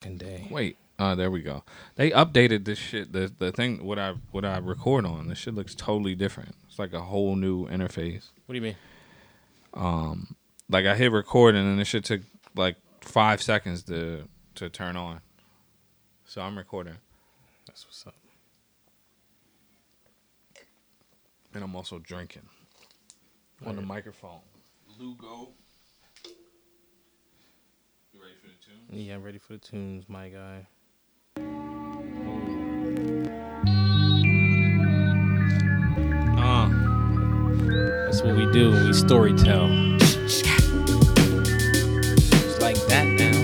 fucking day. Wait, uh, there we go. They updated this shit. The the thing what I what I record on. This shit looks totally different. It's like a whole new interface. What do you mean? Like I hit record and then this shit took like five seconds to to turn on. So I'm recording That's what's up. and I'm also drinking on the microphone. Lugo. You ready for the tune? Yeah, I'm ready for the tunes, my guy. Uh, That's what we do. We story tell. It's like that now.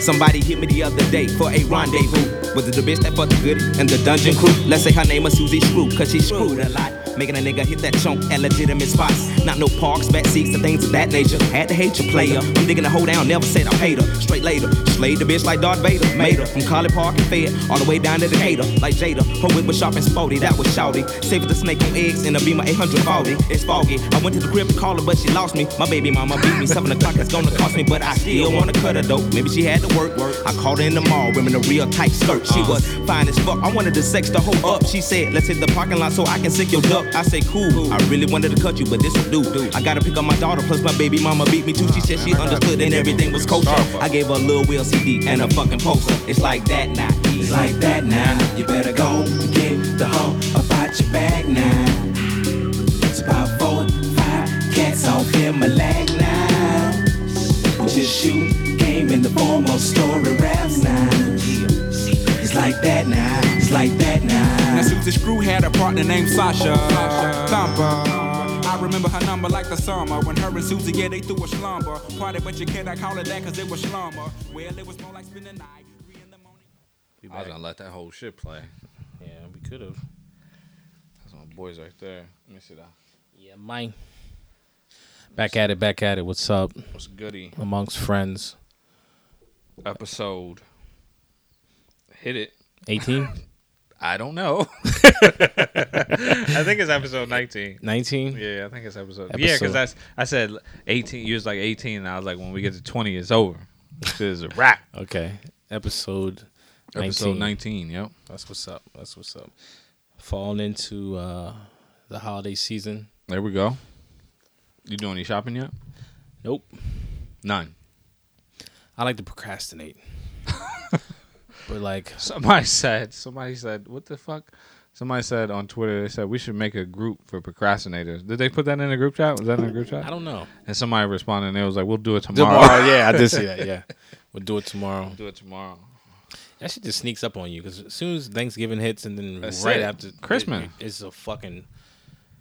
Somebody hit me the other day for a rendezvous. Was it the bitch that fucked the goody and the dungeon crew? Let's say her name is Susie Screw, cause she screwed a lot. Making a nigga hit that chunk at legitimate spots. Not no parks, back seats, and things of that nature. Had to hate your player. I'm digging a hole down, never said I hate her. Straight later, slayed the bitch like Darth Vader. Made her from College Park and Fed all the way down to Decatur. Like Jada, her whip was sharp and sporty, that was shouty. Save the snake on eggs in a Beamer 840. It's foggy. I went to the crib to call her, but she lost me. My baby mama beat me. Seven o'clock, it's gonna cost me, but I still wanna cut her though. Maybe she had to work. I caught her in the mall wearing a real tight skirt. She was fine as fuck. I wanted to sex the hoe up. She said, Let's hit the parking lot so I can sick your duck. I say, Cool. I really wanted to cut you, but this will do. I gotta pick up my daughter, plus my baby mama beat me too. She said she understood and everything was kosher. I gave her a little Will CD and a fucking poster. It's like that now. It's like that now. You better go get the hoe about your bag now. It's about four, five cats off in my leg now. Just shoot game in the form of story raps now. It's like that now. It's like that Now now. Susie Screw had a partner named Sasha Thumper. I remember her number like the summer when her and Susie, yeah, they threw a slumber party, but you cannot call it that 'cause it was slumber. Well, it was more like spending the night. Three in the morning. We I was back. gonna let that whole shit play. Yeah, we could have. That's my boys right there. Let me see that. Yeah, mine. Back at it, back at it. What's up? What's goody? Amongst friends. Episode. Hit it. 18? I don't know. I think it's episode 19. 19? Yeah, I think it's episode. Yeah, because Episode. that's I said 18. You was like 18, and I was like, when we get to 20, it's over. This is a wrap. Okay. Episode 19. Episode 19. Yep. That's what's up. That's what's up. Falling into uh the holiday season. There we go. You doing any shopping yet? Nope. None. I like to procrastinate. but like Somebody said. Somebody said. What the fuck? Somebody said on Twitter. They said we should make a group for procrastinators. Did they put that in a group chat? Was that in a group chat? I don't know. And somebody responded, and it was like, "We'll do it tomorrow. Tomorrow, yeah, I did see that. Yeah, we'll do it tomorrow. do it tomorrow." That shit just sneaks up on you because as soon as Thanksgiving hits, and then That's right it. after Christmas. it- it's a fucking,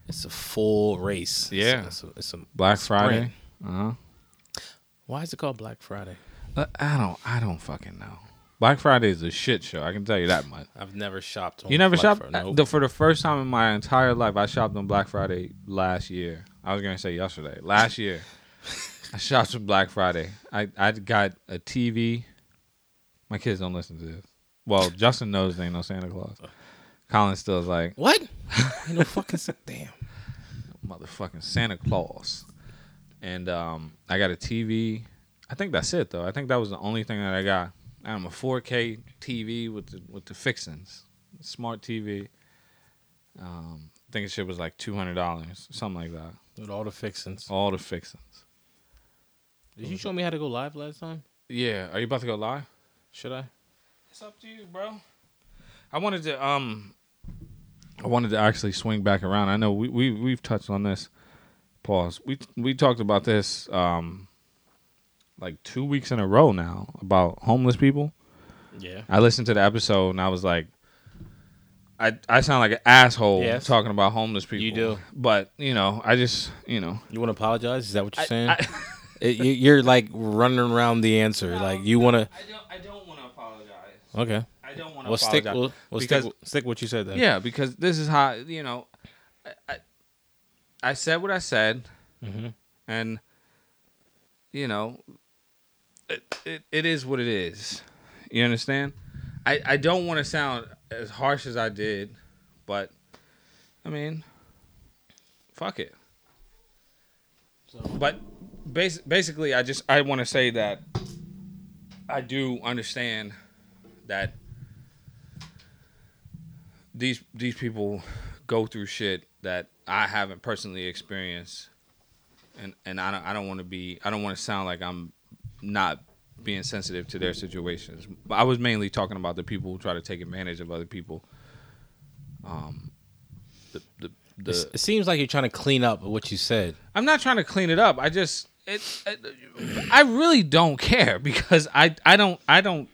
it's a full race. It's- Yeah. it's, a, it's a- Black Sprint. Friday. Uh-huh. Why is it called Black Friday? Uh, I don't. I don't fucking know. Black Friday is a shit show. I can tell you that much. I've never shopped. On You never Oh, Black shopped Friday. uh, Nope. the, for the first time in my entire life. I shopped on Black Friday last year. I was gonna say yesterday. Last year, I shopped on Black Friday. I I got a TV. My kids don't listen to this. Well, Justin knows there ain't no Santa Claus. Colin still's like what? you know, fucking s- damn. motherfucking Santa Claus. And um, I got a TV. I think that's it though. I think that was the only thing that I got. I'm a 4K TV with the with the fixings, smart TV. Um, I think the shit was like two hundred dollars, something like that. With all the fixings. All the fixings. Did you show me how to go live last time? Yeah. Are you about to go live? Should I? It's up to you, bro. I wanted to um I wanted to actually swing back around. I know we, we we've touched on this. Pause. We we talked about this um like two weeks in a row now about homeless people. Yeah. I listened to the episode and I was like I I sound like an asshole Yes. talking about homeless people. You do. But, you know, I just you know You want to apologize? Is that what you're saying? I, It- you- you're like running around the answer. like you want to. I don't I don't wanna apologize. Okay. I don't wanna We'll stick. apologize. We'll, we'll stick. because- with- Stick with what you said then. Yeah, because this is how you know. I I, I said what I said, and you know, it, it it is what it is. You understand? I I don't want to sound as harsh as I did, but I mean, fuck it. So but bas- basically i just i want to say that i do understand that these these people go through shit that i haven't personally experienced and and i don't i don't want to be i don't want to sound like i'm not being sensitive to their situations but i was mainly talking about the people who try to take advantage of other people um the the, the It seems like you're trying to clean up what you said. I'm not trying to clean it up. I just it, it I really don't care because I I don't I don't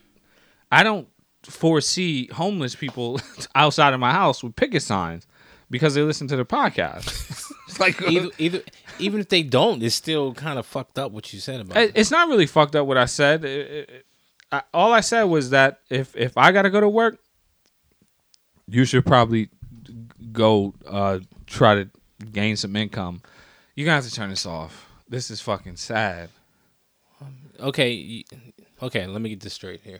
I don't foresee homeless people outside of my house with picket signs because they listen to the podcast. It's like Either, either, even if they don't, it's still kind of fucked up what you said about. it- it. it's not really fucked up what I said. It- it- it- I, all I said was that if if I gotta go to work, you should probably go uh, try to gain some income. You're gonna have to turn this off. This is fucking sad. Okay, y- okay. Let me get this straight here.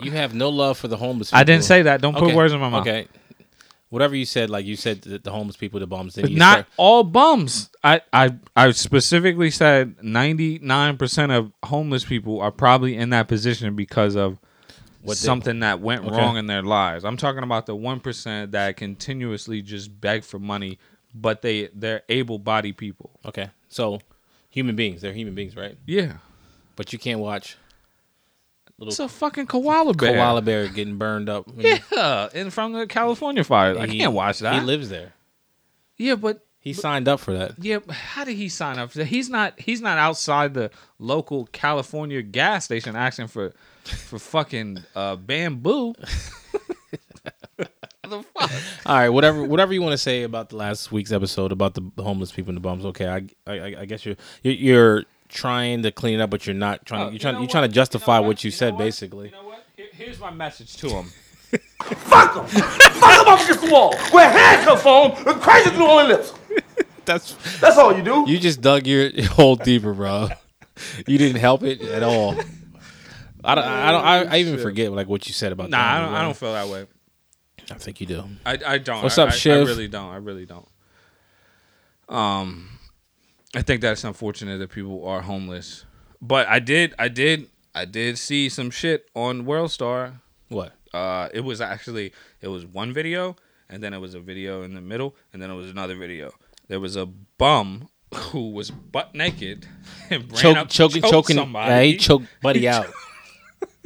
You have no love for the homeless. I didn't people. say that. Don't put words in my mouth. Okay. Whatever you said, like you said, the, the homeless people, the bums. Then you Not start- all bums. I, I I specifically said 99% of homeless people are probably in that position because of they- something that went wrong in their lives. I'm talking about the 1% that continuously just beg for money, but they they're able-bodied people. okay. So, human beings, they're human beings, right? Yeah. But you can't watch It's a fucking koala bear. koala bear getting burned up. Yeah, and from the California fires. I He- can't watch that. He lives there. yeah, but He signed up for that. Yeah, but how did he sign up? He's not he's not outside the local California gas station asking for for fucking uh, bamboo. the fuck? All right, whatever, whatever you want to say about the last week's episode about the the homeless people and the bums. Okay, I, I, I guess you're, you're, you're trying to clean it up, but you're not trying. to you're trying, know you're trying to justify Uh, You know what? you, said, basically. You know what? Here- here's my message to him. Fuck him up against the wall. Wear handcuffs on him and crazy glue on his lips. That's That's all you do. you just dug your hole deeper, bro. you didn't help it at all. I don't, I don't, I, I even forget like what you said about. Nah, that. I don't, I don't feel that way. I think you do. I, I don't. What's I- up, I, I Shiv? really don't. I really don't. Um, I think that's unfortunate that people are homeless. But I did, I did, I did see some shit on WorldStar. What? uh it was actually it was one video and then it was a video in the middle and then it was another video there was a bum who was butt naked and ran Choke, up to choking, choke choking. somebody. Yeah, he choked buddy out.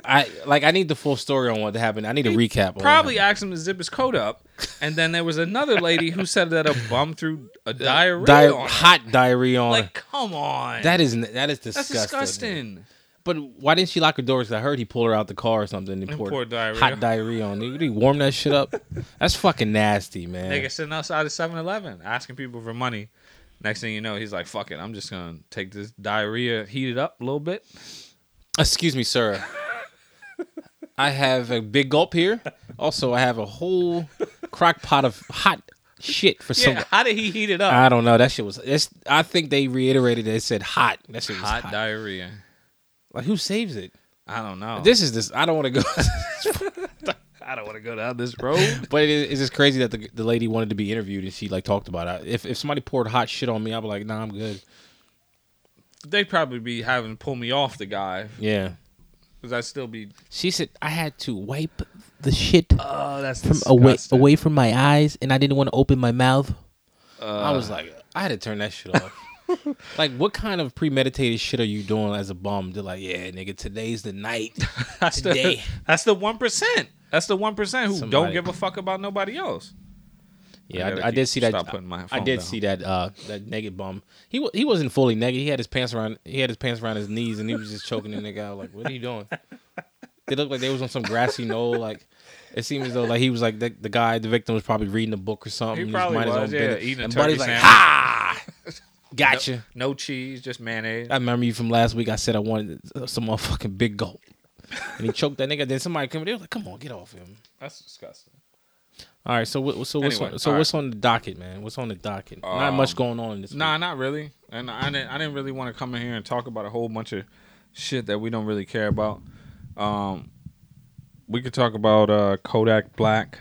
I like. I need the full story on what happened. I need a recap. on what probably asked him to zip his coat up and then there was another lady who said that a bum threw a diarrhea Di- on him. hot diarrhea on. like come on that is that is that's disgusting. disgusting But why didn't she lock her doors? I heard he pulled her out the car or something. And poured, poured diarrhea. hot diarrhea on. You didn't warm that shit up. That's fucking nasty, man. Nigga sitting outside of 7-Eleven asking people for money. Next thing you know, he's like, "Fuck it, I'm just gonna take this diarrhea, heat it up a little bit." Excuse me, sir. I have a big gulp here. Also, I have a whole crock pot of hot shit for some. Yeah, how did he heat it up? I don't know. That shit was. It's, I think they reiterated it. It said hot. That shit was hot, hot. diarrhea. like who saves it? I don't know. This is this. I don't want to go. I don't want to go down this road. But it is, it's just crazy that the, the lady wanted to be interviewed and she like talked about it. If if somebody poured hot shit on me, I'd be like, nah, I'm good. They'd probably be having to pull me off the guy Yeah. because I'd still be. She said I had to wipe the shit Oh, that's from away away from my eyes, and I didn't want to open my mouth. I was like, I had to turn that shit off. like, what kind of premeditated shit are you doing as a bum? They're like, yeah, nigga, today's the night. That's the, today. that's the one percent. That's the one percent who don't Somebody- give a fuck about nobody else. Yeah, gotta I, I keep- did see that. stop putting my I phone did down. see that uh, that naked bum. He wa- he wasn't fully naked. He had his pants around. He had his pants around his knees, and he was just choking the nigga out. Like, what are you doing? They looked like they was on some grassy knoll. Like, it seemed as though like he was like the, the guy, the victim was probably reading a book or something. He just probably might as well was, been- yeah, eating a and turkey Buddy's like, sandwich. ha, gotcha. No cheese, just mayonnaise. I remember you from last week. I said I wanted some motherfucking big goat, and he choked that nigga. Then somebody came. They was like, come on, get off him. That's disgusting. All right, so what, so what's Anyway, on, so all what's on the docket, man? What's on the docket? Not much going on this week. Nah, not really. And I didn't. I didn't really want to come in here and talk about a whole bunch of shit that we don't really care about. Um, we could talk about uh, Kodak Black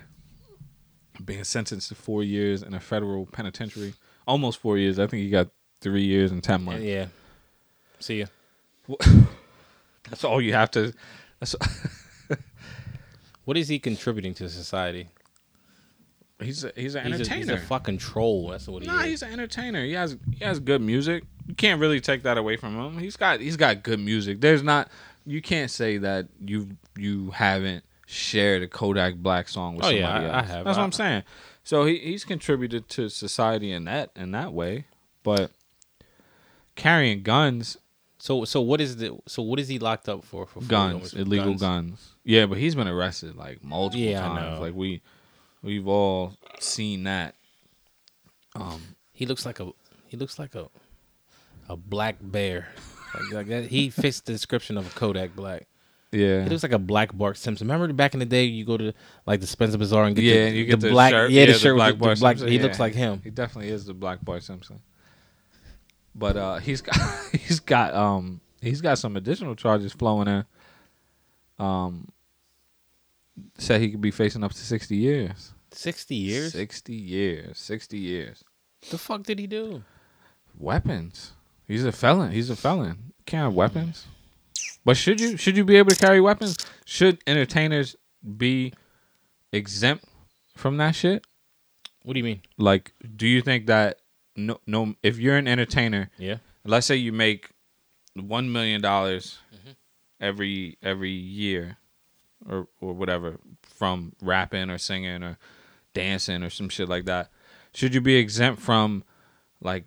being sentenced to four years in a federal penitentiary, almost four years. I think he got three years and ten months. Yeah. See ya. That's all you have to. That's, What is he contributing to society? he's a, he's an He's a, entertainer. he's a fucking troll. That's what he Nah, is. he's an entertainer. He has he has good music. You can't really take that away from him. He's got he's got good music. There's not you can't say that you you haven't shared a Kodak Black song with Oh, somebody yeah, I- I else. have. That's what I- I'm saying. So he, he's contributed to society in that in that way. But carrying guns, So so what is the so what is he locked up for? for guns, freedom? illegal guns. Yeah, but he's been arrested like multiple Yeah, I times. know. Like we we've all seen that. He looks like a he looks like a a black bear. Like, like that, he fits the description of a Kodak Black. Yeah. He looks like a black Bart Simpson. Remember back in the day, you go to like the Spencer Bazaar and get yeah, the, and you get the, black shirt. yeah the shirt with the- Boy the black. Simpson, he yeah. looks like him. He definitely is the black boy Simpson. But uh, he's got he's got um he's got some additional charges flowing in. Um, said he could be facing up to sixty years. Sixty years. Sixty years. Sixty years. The fuck did he do? Weapons. He's a felon. He's a felon. Can't have weapons. But should you should you be able to carry weapons? Should entertainers be exempt from that shit? What do you mean? like do you think that no no if you're an entertainer Yeah. let's say you make one million dollars Mm-hmm. every every year or or whatever from rapping or singing or dancing or some shit like that should you be exempt from like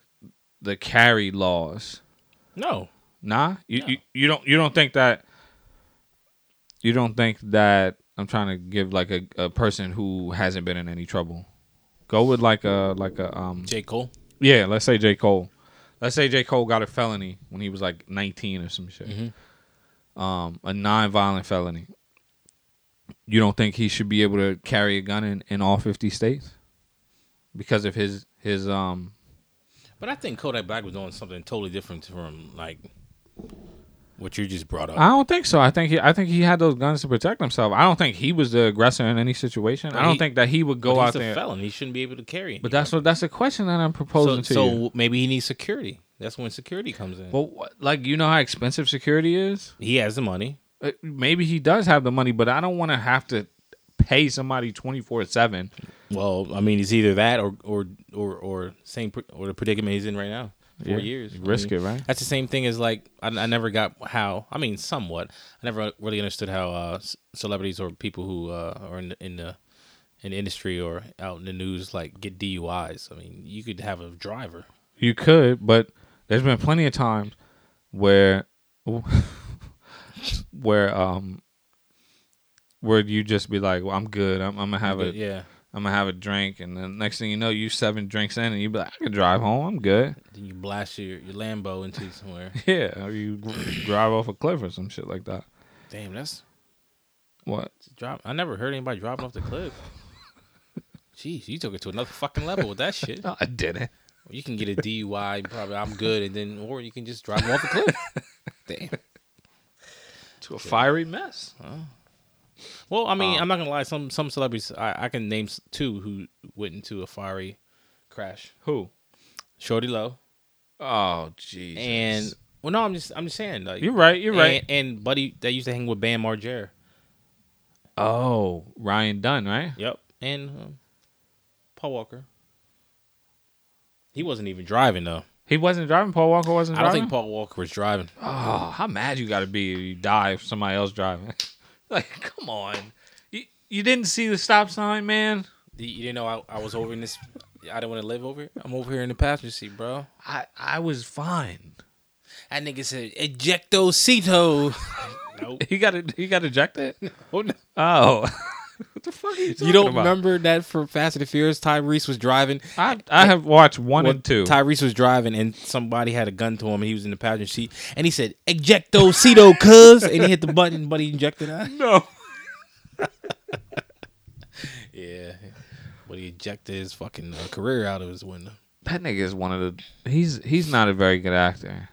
the carry laws No. Nah, you, you you don't you don't think that you don't think that I'm trying to give like a, a person who hasn't been in any trouble. Go with like a like a um J Cole. yeah, let's say J Cole. Let's say J Cole got a felony when he was like 19 or some shit. Um, a non-violent felony. You don't think he should be able to carry a gun in, in all 50 states because of his his um But I think Kodak Black was doing something totally different from like what you just brought up. I don't think so. I think he, I think he had those guns to protect himself. I don't think he was the aggressor in any situation. I don't he- think that he would go But out he's a there. felon. He shouldn't be able to carry. But that's what that's a question that I'm so, proposing to so you. maybe he needs security. That's when security comes in. But what- like you know how expensive security is. he has the money. Uh, Maybe he does have the money, but I don't want to have to pay somebody twenty four seven. Well, I mean, it's either that or or or or same pr- or the predicament he's in right now. Four Yeah. years, You I risk mean, it, right? That's the same thing as like I, I never got how. I mean, somewhat. I never really understood how uh, c- celebrities or people who uh, are in the, in the in the industry or out in the news like get DUIs. I mean, you could have a driver. You could, but there's been plenty of times where where um where you just be like, "Well, I'm good. I'm, I'm gonna have a yeah, I'm gonna have a drink, and then next thing you know, you seven drinks in, and you be like, I can drive home. I'm good. then you blast your, your Lambo into somewhere. Yeah, or you drive off a cliff or some shit like that. Damn, that's What? Drop. I never heard anybody dropping off the cliff. Jeez, you took it to another fucking level with that shit. No, I didn't. You can get a DUI, and probably I'm good, and then or you can just drive them off the cliff. Damn. To a fiery mess. Well, I mean, I'm not gonna lie. Some some celebrities I, I can name s- two who went into a fiery crash. Who? Shorty Low Oh, jeez. and well, no, I'm just I'm just saying. Like, you're right. You're right. And, and buddy that used to hang with Bam Margera. oh, Ryan Dunn, right? Yep. And um, Paul Walker. He wasn't even driving though. He wasn't driving. Paul Walker wasn't I don't driving. think Paul Walker was driving. oh, how mad you got to be if you die if somebody else driving? like, come on. You you didn't see the stop sign, man. You- You didn't know I, I was over in this. I didn't want to live over here. I'm over here in the passenger seat, bro. I I was fine. That nigga said ejectocito. nope. He got it. He got ejected. Oh, no. Oh, what the fuck are you talking You don't about? remember that for Fast and the Furious? Tyrese was driving. I, I have watched one Well, and two. Tyrese was driving, and somebody had a gun to him, and he was in the passenger seat, and he said ejectocito, cuz, and he hit the button, but he ejected out. no, Yeah, but he ejected his fucking uh, career out of his window. that nigga is one of the. He's he's not a very good actor.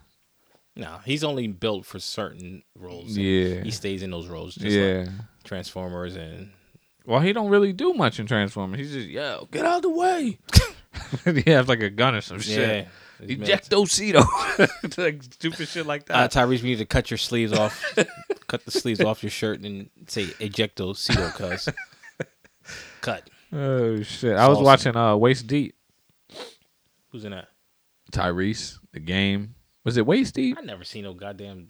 Nah, he's only built for certain roles. and Yeah. he stays in those roles. Just Yeah. like Transformers and well, he don't really do much in Transformers. He's just yo, get out of the way. he has like a gun or some shit. Eject those Cedo. like stupid shit like Uh, that. Tyrese, we need to cut your sleeves off. cut the sleeves off your shirt and say ejecto cedo, cuz. cut. oh shit! I was Saucy. watching uh Waist Deep. Who's in that? Tyrese, the game. Was it Waist Deep? I never seen no goddamn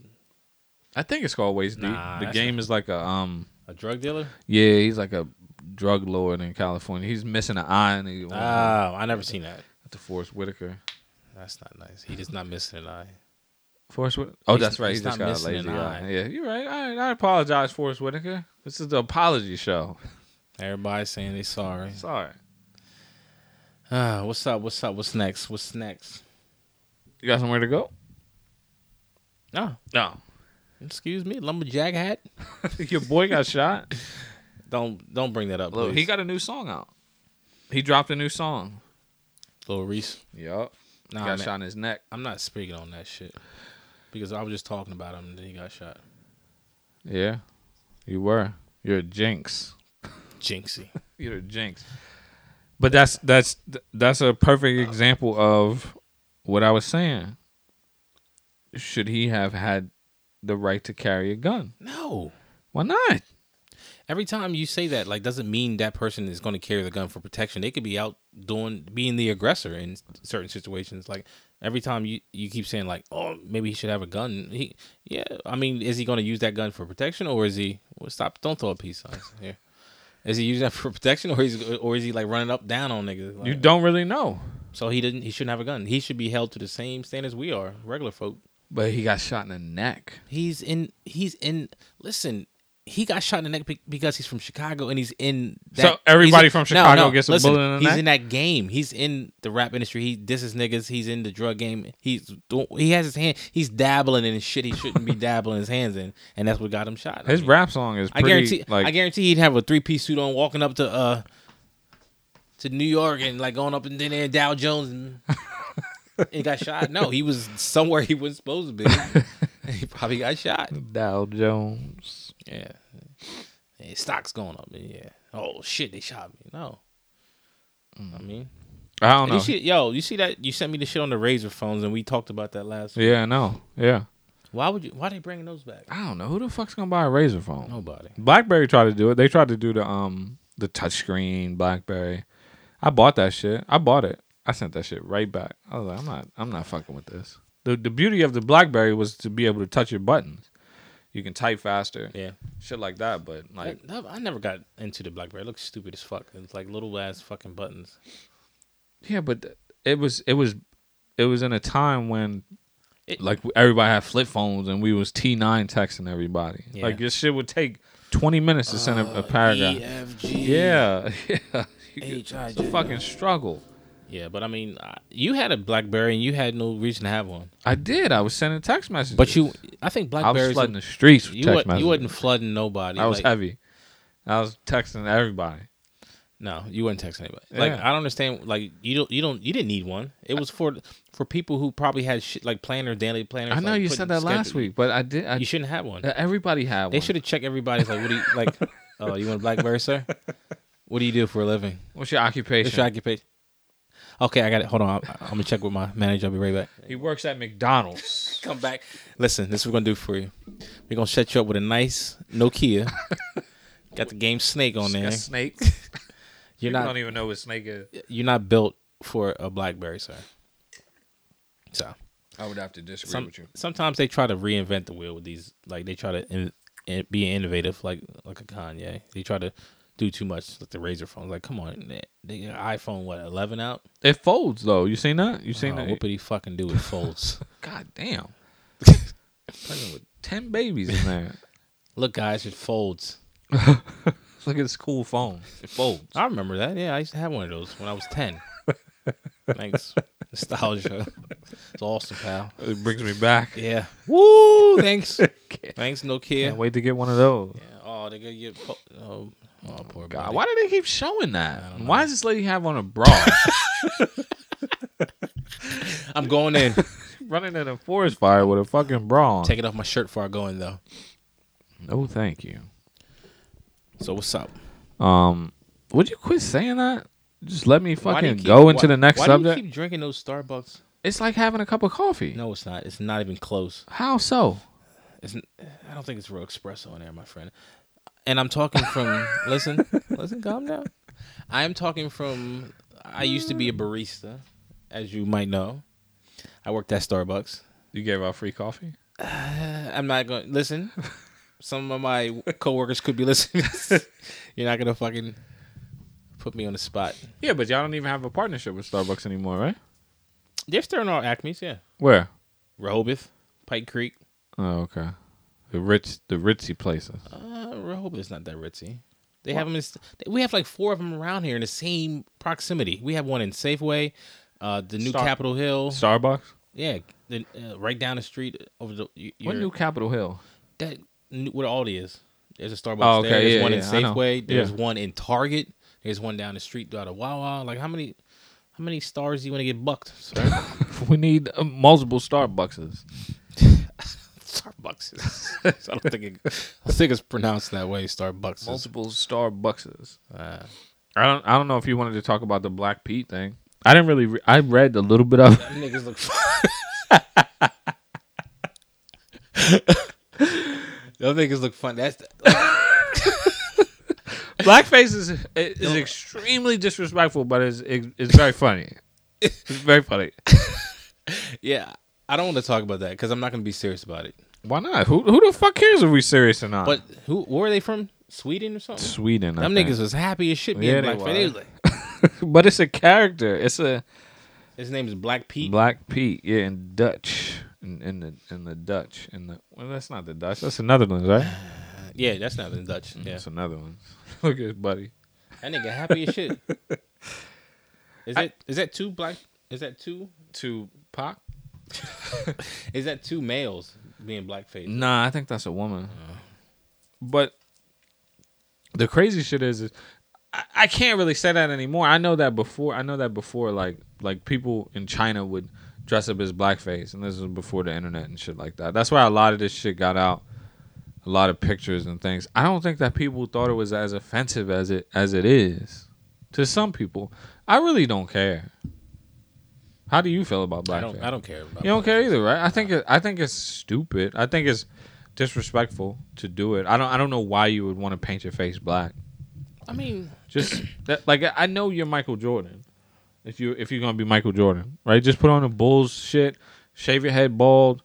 I think it's called Waist Nah, Deep. The that's game is like a um. a drug dealer. Yeah, he's like a drug lord in California. He's missing an eye and he uh, Ah, I never seen that. to Forrest Whitaker. That's not nice. He just not missing an eye. Forrest Whitaker. Oh, He's- that's right. he's He just not got a missing lazy an eye. eye. Yeah, you're right. I, I apologize, Forrest Whitaker. This is the apology show. Everybody's saying they sorry. Sorry. Ah, what's up? What's up? What's next? What's next? You got somewhere to go? No, No. excuse me, lumberjack hat. Your boy got shot. Don't don't bring that up. Look, Please. he got a new song out. He dropped a new song. Lil Reese. Yup. Nah, he got man. shot in his neck. I'm not speaking on that shit because I was just talking about him and then he got shot. Yeah. You were. You're a jinx. Jinxie. You're a jinx. But that's that's that's a perfect example of what I was saying. Should he have had the right to carry a gun? No. Why not? Every time you say that, like, doesn't mean that person is going to carry the gun for protection. They could be out doing, being the aggressor in certain situations. Like, every time you you keep saying like, oh, maybe he should have a gun. He, yeah, I mean, is he going to use that gun for protection or is he? Well, stop! Don't throw a peace sign here. Is he using that for protection or is or is he like running up down on niggas? Like, You don't really know. So he didn't. He shouldn't have a gun. He should be held to the same standards we are, regular folk. But he got shot in the neck. He's in. He's in. Listen, he got shot in the neck be- because he's from Chicago, and he's in. That, So everybody he's from Chicago gets a bullet in the he's neck? in that game. He's in the rap industry. He disses niggas. He's in the drug game. He's do- he has his hand. He's dabbling in shit he shouldn't be dabbling his hands in, and that's what got him shot. I His mean, rap song is I pretty guarantee. like I guarantee he'd have a three piece suit on, walking up to uh to New York and like going up and then there Dow Jones and, and got shot. No, he was somewhere he wasn't supposed to be. And he probably got shot. Dow Jones. Yeah. Hey, stock's going up. and Yeah. Oh shit, they shot me. No. Mm. I mean, I don't know. you see, yo, you see that you sent me the shit on the razor phones, and we talked about that last. week. yeah, I know. Yeah. Why would you? Why they bringing those back? I don't know. Who the fuck's gonna buy a razor phone? Nobody. BlackBerry tried to do it. They tried to do the um the touchscreen BlackBerry. I bought that shit. I bought it. I sent that shit right back. I was like, I'm not I'm not fucking with this. The the beauty of the BlackBerry was to be able to touch your buttons. You can type faster. Yeah. Shit like that, but I, like I never got into the BlackBerry. It looks stupid as fuck. It's like little ass fucking buttons. yeah, but th- it was it was it was in a time when It- like everybody had flip phones and we was T9 texting everybody. Yeah. Uh, Like this shit would take 20 minutes to send a, a paragraph. Yeah. yeah. You could- It's a fucking struggle. Yeah, but I mean, I- you had a BlackBerry and you had no reason to have one. I did. I was sending text messages. But you, I think I was Blackberries. flooding the streets with you, text wa- messages. you wasn't flooding nobody. I was like- heavy. I was texting everybody. No, you wouldn't text anybody. Like Yeah. I don't understand. Like you don't. You don't. You didn't need one. It was for for people who probably had shit like planner, daily planners. I know like, you putting said that last schedule- week, but I did. I, You shouldn't have one. uh, everybody had one. They should have checked everybody's like, what do you like? Oh, you want a BlackBerry, sir? What do you do for a living? What's your occupation? What's your occupation? Okay, I got it. Hold on. I'm, I'm gonna check with my manager. I'll be right back. he works at McDonald's. Come back. Listen, this is what we're gonna do for you. We're gonna set you up with a nice Nokia. Got the game Snake on there. a snake. You're you not don't even know what snake is. you're not built for a BlackBerry, sir. So I would have to disagree some- with you. sometimes they try to reinvent the wheel with these. Like they try to in, in, be innovative, like like a Kanye. They try to do too much, like the razor phones. Like, come on, they, they got iPhone what eleven out? It folds though. You seen that? You Oh, seen that? whoopity fucking do with folds. God damn. Fucking with ten babies in there. Look, guys, it folds. Look at this cool phone. It folds. I remember that. Yeah, I used to have one of those when I was ten. Thanks, nostalgia. It's awesome, pal. It brings me back. Yeah. Woo! Thanks. Thanks, Nokia. Can't wait to get one of those. Oh, they gonna get po- oh, oh, poor God, buddy. why do they keep showing that? Why does this lady have on a bra? I'm going in. Running in a forest fire with a fucking bra on. Take it off my shirt before I go in though. no, thank you. So what's up? Um, would you quit saying that? Just let me Why do you fucking keep- go into why- the next why subject. Do you keep drinking those Starbucks. It's like having a cup of coffee. No, it's not. It's not even close. How so? It's, n- I don't think it's real espresso in there, my friend. And I'm talking from listen, listen, calm down. I am talking from. I used to be a barista, as you might know. I worked at Starbucks. You gave out free coffee? I'm not going to listen. Some of my coworkers could be listening. You're not gonna fucking put me on the spot. Yeah, but y'all don't even have a partnership with Starbucks anymore, right? They're still in our Acme's, yeah. Where? Rehoboth, Pike Creek. Oh, okay. The rich, the ritzy places. Uh, Rehoboth's not that ritzy. They have them. In, st- we have like four of them around here in the same proximity. We have one in Safeway, uh, the new Star- Capitol Hill. Starbucks. Yeah, the, uh, right down the street over the. y- What your- new Capitol Hill? that new, where Aldi is. There's a Starbucks Oh, okay, there. There's yeah, one in yeah, I know. Safeway. There's Yeah. one in Target. There's one down the street out of Wawa. Like how many, how many stars do you want to get bucked? Sir? We need uh, multiple Starbuckses. Starbucks. is- I don't think it, I think it's pronounced that way. Starbucks. is- Multiple Starbuckses. Uh, I don't. I don't know if you wanted to talk about the Black Pete thing. I didn't really. Re- I read a little bit of. it. Niggas look. Those niggas look fun. That's Blackface is is extremely disrespectful, but it's it's very funny. It's very funny. yeah. I don't want to talk about that because I'm not going to be serious about it. Why not? Who who the fuck cares if we serious or not? But who? Where are they from? Sweden or something? Sweden. I Them think. niggas was happy as shit being Yeah, they black. They was. was like, but it's a character. It's a His name is Black Pete. Black Pete, yeah, in Dutch, in, in the in the Dutch, in the well, that's not the Dutch, that's the Netherlands, right? Yeah, that's not in Dutch. Yeah, That's the Netherlands. Look at his buddy. Mm-hmm. that nigga happy as shit. Is that is that two black? Is that two? To Pac? Is that two males being blackface? Nah, I think that's a woman. But the crazy shit is, is I, I can't really say that anymore. I know that before. I know that before, like like people in China would dress up as blackface, and this was before the internet and shit like that. That's why a lot of this shit got out. A lot of pictures and things. I don't think that people thought it was as offensive as it as it is to some people. I really don't care. How do you feel about blackface? I don't. I don't care about. You don't care either, right? I think it, I think it's stupid. I think it's disrespectful to do it. I don't I don't know why you would want to paint your face black. I mean, Just that, like I know you're Michael Jordan. If you if you're gonna be Michael Jordan, right? Just put on the Bulls shit, shave your head bald.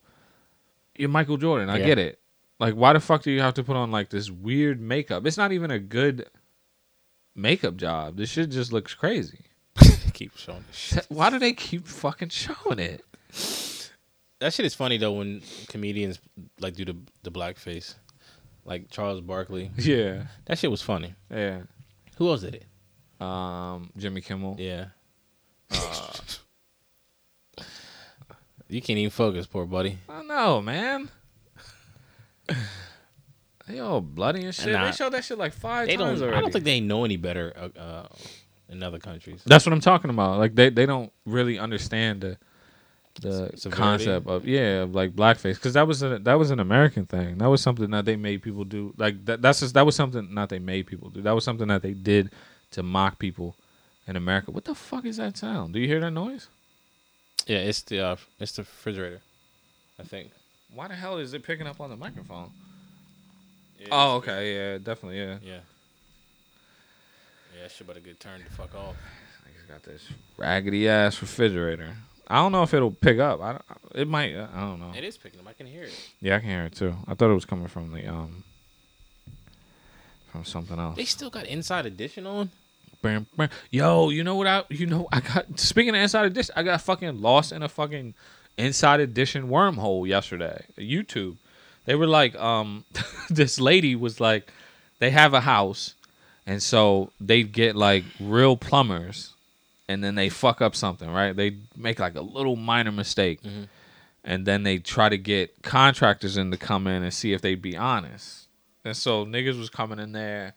You're Michael Jordan. I Yeah. get it. Like why the fuck do you have to put on like this weird makeup? It's not even a good makeup job. This shit just looks crazy. keep showing this shit. Why do they keep fucking showing it? that shit is funny though when comedians like do the the blackface, like Charles Barkley. Yeah. That shit was funny. Yeah. Who else did it? Um Jimmy Kimmel. Yeah. Uh, you can't even focus, poor buddy. I don't know, man. They all bloody and shit. Nah. They showed that shit like five They times don't. already. I don't think they know any better uh, uh, in other countries. That's what I'm talking about. Like they, they don't really understand the the severity. concept of yeah of like blackface because that was a, that was an American thing. That was something that they made people do. Like that that's just, that was something not they made people do. That was something that they did to mock people in America. What the fuck is that sound? Do you hear that noise? Yeah, it's the uh, it's the refrigerator, I think. Why the hell is it picking up on the microphone? oh, okay, yeah, definitely, yeah. Yeah. Yeah, that shit about to get turned the fuck off. He's got this raggedy ass refrigerator. I don't know if it'll pick up. I don't- it might. uh, I don't know. It is picking up. I can hear it. Yeah, I can hear it too. I thought it was coming from the um from something else. They still got Inside Edition on. Bam, bam. Yo, you know what I? You know I got speaking of Inside Edition, I got fucking lost in a fucking Inside Edition wormhole yesterday. YouTube, they were like, um, this lady was like, they have a house, and so they get like real plumbers, and then they fuck up something, right? They make like a little minor mistake, and then they try to get contractors in to come in and see if they'd be honest. And so niggas was coming in there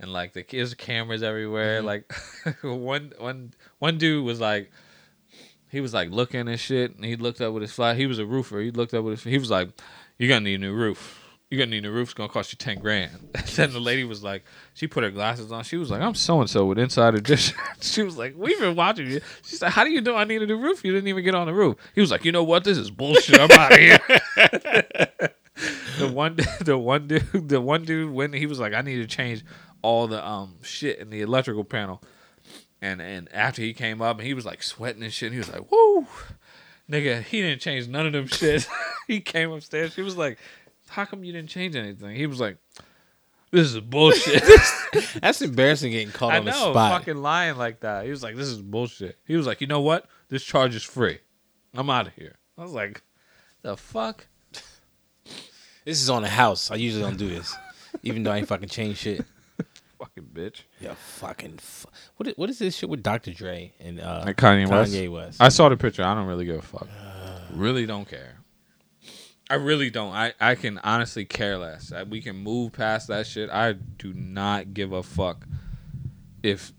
and like the kids cameras everywhere. Like one one one dude was like he was like looking and shit and he looked up with his fly. He was a roofer. He looked up with his he was like, You're gonna need a new roof. you're gonna need a roof. It's gonna cost you ten grand." then the lady was like, she put her glasses on. She was like, "I'm so and so with Inside Edition." she was like, "We've been watching you." She said, "How do you know I needed a roof? You didn't even get on the roof." He was like, "You know what? This is bullshit. I'm out of here." the one, the one dude, the one dude when he was like, "I need to change all the um shit in the electrical panel." And and after he came up and he was like sweating and shit, and he was like, "Woo." Nigga, he didn't change none of them shit. he came upstairs. She was like, How come you didn't change anything? He was like, This is bullshit. That's embarrassing getting caught I on the know, spot. fucking lying like that. He was like, This is bullshit. He was like, You know what? This charge is free. I'm out of here. I was like, The fuck? This is on the house. I usually don't do this, even though I ain't fucking change shit. Fucking bitch. Yeah, fucking. Fu- what is, what is this shit with Dr. Dre and uh, Like Kanye, Kanye West. West? Uh, I saw the picture. I don't really give a fuck. really don't care. I really don't. I, I can honestly care less. I, we can move past that shit. I do not give a fuck if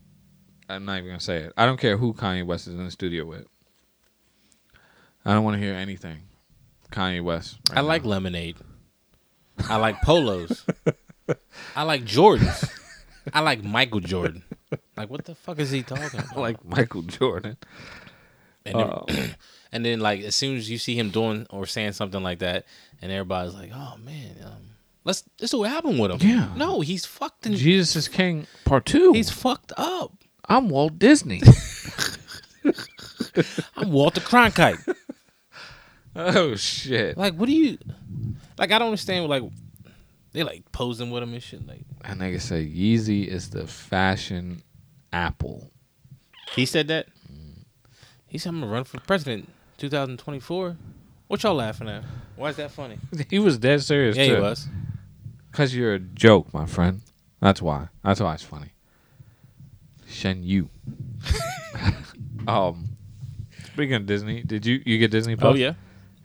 I'm not even gonna say it. I don't care who Kanye West is in the studio with. I don't want to hear anything. Kanye West. right I like lemonade. I like polos. I like Jordans. I like Michael Jordan. Like what the fuck is he talking about? now. I like Michael Jordan. and, then- Oh. and then like as soon as you see him doing or saying something like that, and everybody's like, "Oh man, um, let's this is what happened with him." Yeah. No, he's fucked. And, Jesus is King Part Two. he's fucked up. I'm Walt Disney. I'm Walter Cronkite. oh shit. Like, what do you like? I don't understand. Like, they like posing with him and shit. Like, That nigga said Yeezy is the fashion apple. he said that. Mm. He said, "I'm gonna run for president, 2024." What y'all laughing at? Why is that funny? He was dead serious Yeah, too. he was. Cause you're a joke, my friend. That's why. That's why it's funny. Shen Yu. um, speaking of Disney, did you you get Disney Plus? Oh yeah,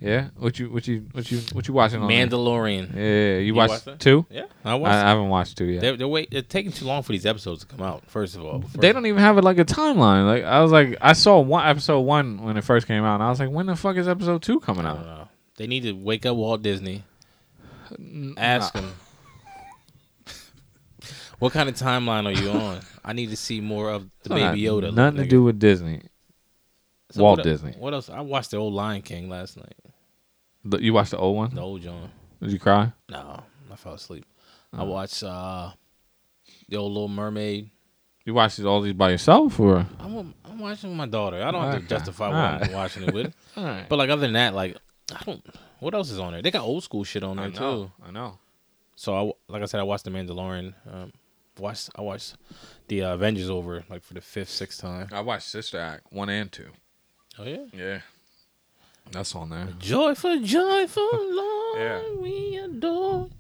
yeah. What you what you what you what you watching on? there? Mandalorian. Yeah, yeah, yeah. you, watched watched that? two. Yeah, I I, watched. I haven't watched two yet. they're, they're wait. They're taking too long for these episodes to come out. First of all, they don't even have it like a timeline. Like I was like, I saw one episode one when it first came out, and I was like, when the fuck is episode two coming out? They need to wake up Walt Disney. Uh, Ask him. What kind of timeline are you on? I need to see more of the Not- Baby Yoda. Nothing to nigga. do with Disney. So Walt what el- Disney. What else? I watched the old Lion King last night. The- You watched the old one? The old John. Did you cry? No, I fell asleep. I Mm. watched uh, the old Little Mermaid. You watched all these by yourself, or I'm, wa- I'm watching with my daughter. I don't have Okay. to justify what Alright. I'm watching it with. Alright. But like other than that, like I don't. What else is on there? They got old school shit on there too. I know. So I, like I said, I watched The Mandalorian. Um, watched I watched the uh, Avengers over like for the fifth, sixth time. I watched Sister Act one and two. Oh yeah. Yeah, Mm-hmm. that's on there. Joyful, joyful, Lord, Yeah. we adore.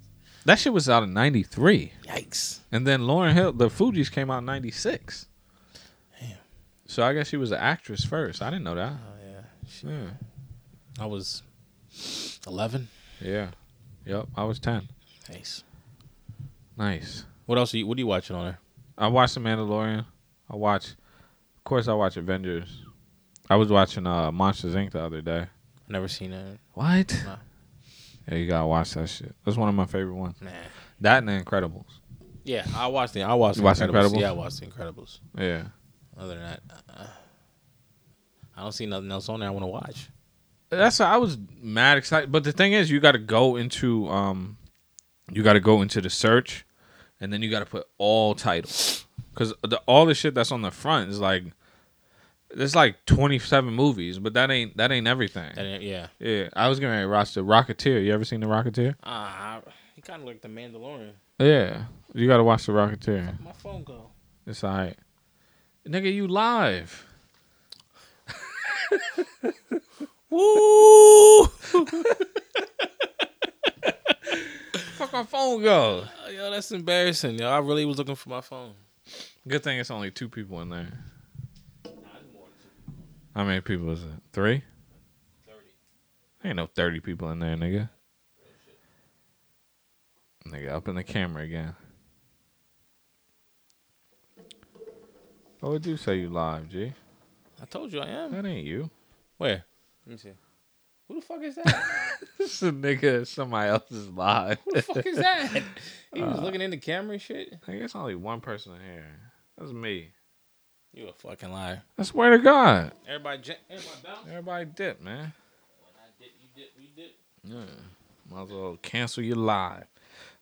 That shit was out in '93, Yikes! and then Lauren Hill, the Fugees came out in '96. Damn. Uh-huh. So I guess she was an actress first. I didn't know Oh, that. yeah. I was eleven. Yeah. Yep. I was ten. Nice. Nice. What else? Are you, what are you watching on there? I watched The Mandalorian. I watch, of course, I watch Avengers. I was watching uh Monsters Inc. the other day. I've never seen it. What? No. Yeah, you gotta watch that shit. That's one of my favorite ones. Nah. That and The Incredibles. Yeah, I watched it. I watched. You The watched Incredibles. Incredibles? Yeah, I watched The Incredibles. Yeah. Other than that, uh, I don't see nothing else on there I want to watch. That's I was mad excited, but the thing is, you got to go into um, you got to go into the search, and then you got to put all titles, because the all the shit that's on the front is like, there's like twenty seven movies, but that ain't that ain't everything. And it- yeah, Yeah, I was gonna watch the Rocketeer. You ever seen the Rocketeer? uh, I, he kind of looked the Mandalorian. Yeah, you gotta watch the Rocketeer. My phone go. It's alright. Nigga, you live. Woo! Fuck my phone go. Oh, yo, that's embarrassing. Yo, I really was looking for my phone. Good thing it's only two people in there. How many people is it? Three? Ain't no thirty people in there, nigga. Nigga, up in the camera again. Oh, it do say you live, G. I told you I am. That ain't you. Where? Let me see. Who the fuck is that? This is a nigga. at Somebody else's live. Who the fuck is that? He was looking in the camera and shit. I guess only one person here. That's me. You a fucking liar. I swear to God. Everybody, ja- everybody down. Everybody dip, man. Dip, you dip, we dip. Might as well cancel your live.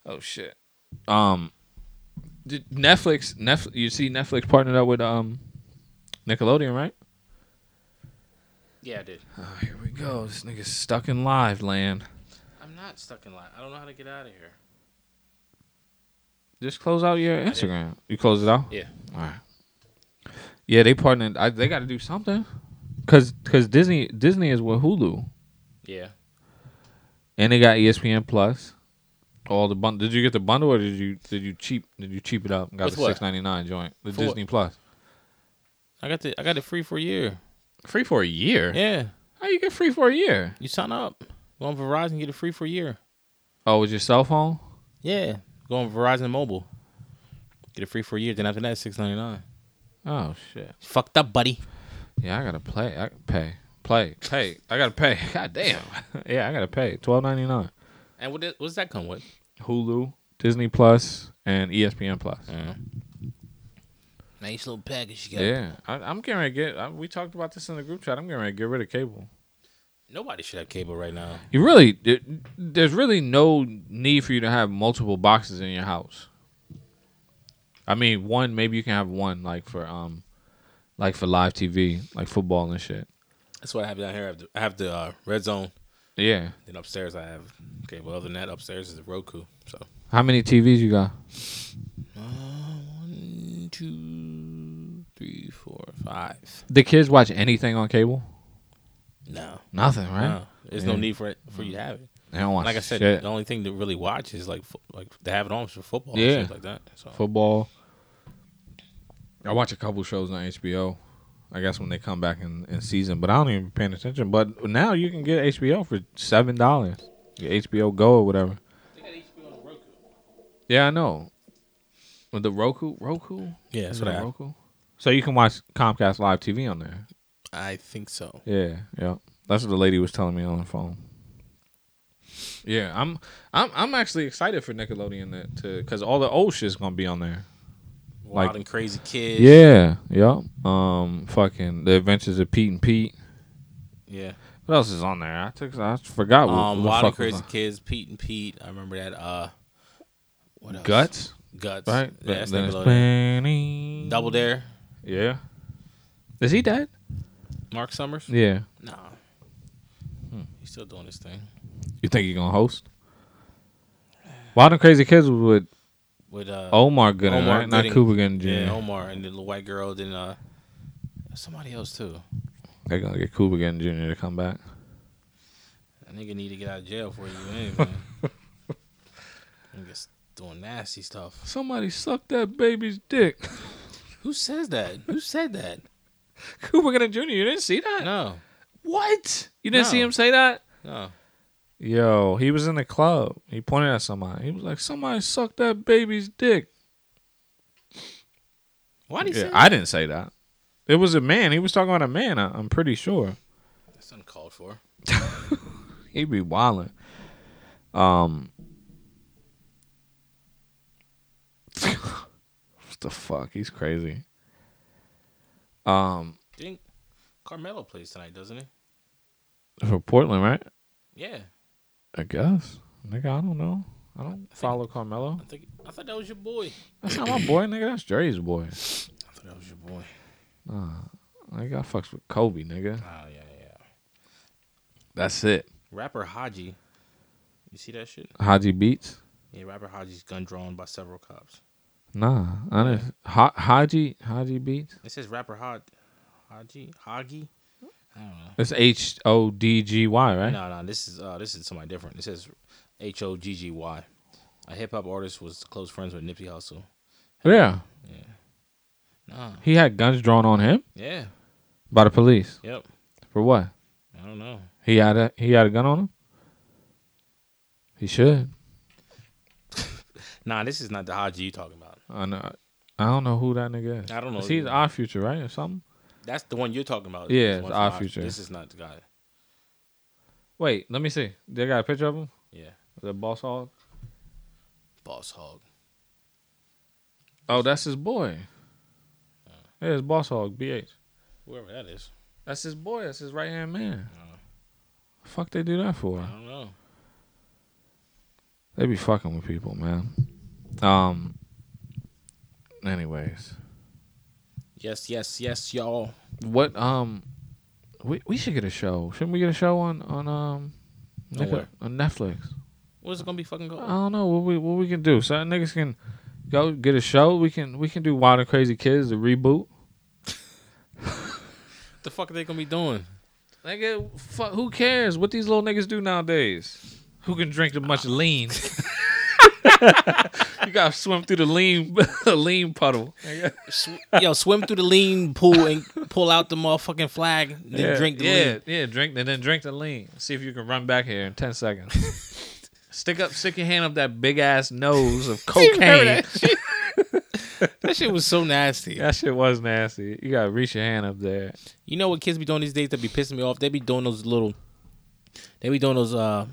Oh shit. Um, did Netflix. Netflix. You see, Netflix partnered up with um, Nickelodeon, right? Yeah, I did. Oh, here we go. This nigga's stuck in live land. I'm not stuck in line. I don't know how to get out of here. Just close out your Instagram. You close it out. Yeah. All right. Yeah, they partnered. I, they got to do something, cause cause Disney Disney is with Hulu, Yeah. and they got E ESPN Plus. All the bundle. Did you get the bundle or did you did you cheap did you cheap it up? And got With the what? six ninety nine joint. The For what? Disney Plus. I got the I got it free for a year. Free for a year. Yeah. How you get free for a year? You sign up. Go on Verizon, get it free for a year. Oh, with your cell phone? Yeah. Go on Verizon Mobile. Get it free for a year. Then after that, six ninety nine. Oh shit. Fucked up, buddy. Yeah, I gotta play. I pay. Play. Pay. I gotta pay. God damn. yeah, I gotta pay. Twelve ninety nine. And what, did, what does that come with? Hulu, Disney Plus, and E ESPN Plus. Mm. Nice little package you Yeah, I, I'm getting ready to get. I, we talked about this in the group chat. I'm getting ready to get rid of cable. Nobody should have cable right now. You really, there- there's really no need for you to have multiple boxes in your house. I mean, one maybe you can have one like for um, like for live TV, like football and shit. That's what I have down here. I have the, I have the uh, red zone. Yeah. Then upstairs I have okay. Well, other than that, upstairs is the Roku. So How many TVs you got? Uh, one, two, three, four, five. The kids watch anything on cable? No, Nothing, right? no, there's no need for it for you to have it. They don't watch Like I said, Oh, shit. the only thing to really watch is like fo- like they have it on for football. Yeah. and shit like that. So football. I watch a couple shows on HBO. I guess when they come back in, in season, but I don't even be paying attention. But now you can get HBO for seven dollars. HBO Go or whatever. Yeah, I know. With the Roku, Roku, yeah, that's Is what it I. have. Roku. So you can watch Comcast live TV on there. I think so. Yeah, yeah. That's what the lady was telling me on the phone. Yeah, I'm, I'm, I'm actually excited for Nickelodeon that to because all the old shit's gonna be on there. Wild Like- and crazy kids. Yeah, yeah. Um, fucking the Adventures of Pete and Pete. yeah. What else is on there? I took, I forgot. What, Um, Wild what the and fuck was crazy on- kids. Pete and Pete. I remember that. Uh, what else? Guts, Guts. right? Yeah, that's Then it's Nickelodeon. plenty. Double Dare. Yeah. Is he dead? Mark Summers. Yeah. Nah. Hmm, He's still doing his thing You think he gonna host? Wild and Crazy Kids was with with uh Omar Gooding, Omar right? Gooding. Not Cooper Gooding Jr. yeah, Omar and the little white girl. Then uh, somebody else too. They're gonna get Cooper Gooding Jr. to come back. That nigga need to get out of jail for you. Anyway. Niggas doing nasty stuff. Somebody sucked that baby's dick. Who says that? Who said that? Cooper Gooding Jr. You didn't see that? No, What? You didn't see No. him say that? no. Yo, he was in the club. He pointed at somebody. He was like, "Somebody sucked that baby's dick." Why did he say Yeah, that? I didn't say that. It was a man. He was talking about a man. I, I'm pretty sure. That's uncalled for. He be wilding. Um, what the fuck? He's crazy. Um, Think Carmelo plays tonight, doesn't he? For Portland, right? Yeah. I guess. Nigga, I don't know. I don't follow Carmelo. I think I thought that was your boy. That's not my boy, nigga. That's Dre's boy. I thought that was your boy. Nigga, I fucks with Kobe, nigga. Oh yeah, yeah. That's it. Rapper Haji. You see that shit? Haji Beats. Yeah, rapper Haji's gun drawn by several cops. Nah, I didn't. Ha- Haji Haji Beats. It says rapper Hod, Haji Hagi. It's H O D G Y, right? No, no, this is uh, this is somebody different. It says H O G G Y. A hip hop artist was close friends with Nipsey Hussle. Yeah. Nah. He had guns drawn on him Yeah. by the police Yep. for what? I don't know. He had a he had a gun on him. He should. Nah, this is not the Haji you talking about. I know. I don't know who that nigga is. I don't know Is he either. the odd future, right, or something? That's the one you're talking about. Yeah, The one it's Odd from Odd- Future. This is not the guy. Wait, let me see. They got a picture of him. Yeah. The boss hog. Boss hog. Oh, that's his boy. Yeah, it's boss hog. BH. Whoever that is. That's his boy. That's his right hand man. Fuck, they do that for. I don't know. They be fucking with people, man. Um. Anyways, Yes, yes, yes, y'all. what um, we we should get a show. Shouldn't we get a show on on um, On Nickel- where? on Netflix? What's it gonna be fucking called? I don't know what we what we can do. So niggas can go get a show. We can we can do Wild and Crazy Kids the reboot. what the fuck are they gonna be doing? Nigga, fuck, who cares what these little niggas do nowadays? Who can drink a bunch of lean? you gotta swim through the lean lean puddle. nigga. Sw- Yo, swim through the lean pool and pull out the motherfucking flag. Then drink the yeah, lean. Yeah, drink and then drink the lean. See if you can run back here in ten seconds. stick up, stick your hand up that big ass nose of cocaine. That shit was so nasty. that shit was nasty. You gotta reach your hand up there. You know what kids be doing these days that be pissing me off? They be doing those little, they be doing those uh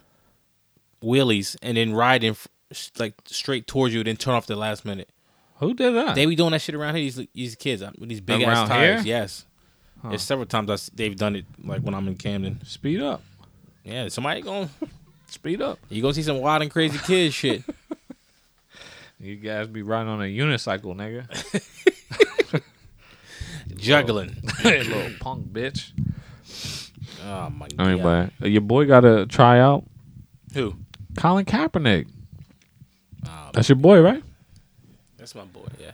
wheelies and then ride in f- s- like straight towards you, then turn off the last minute. Who did that? They be doing that shit around here. These these kids uh, with these big ass Around tires. here? Yes, there's several times I s- they've done it. Like when I'm in Camden. Speed up. Yeah, somebody going Speed up. you gonna see some wild and crazy kids shit. You guys be riding on a unicycle, nigga. Juggling. little punk bitch. Oh my god. Anyway, your boy got to try out Who? Colin Kaepernick. That's your boy, right? That's my boy. Yeah.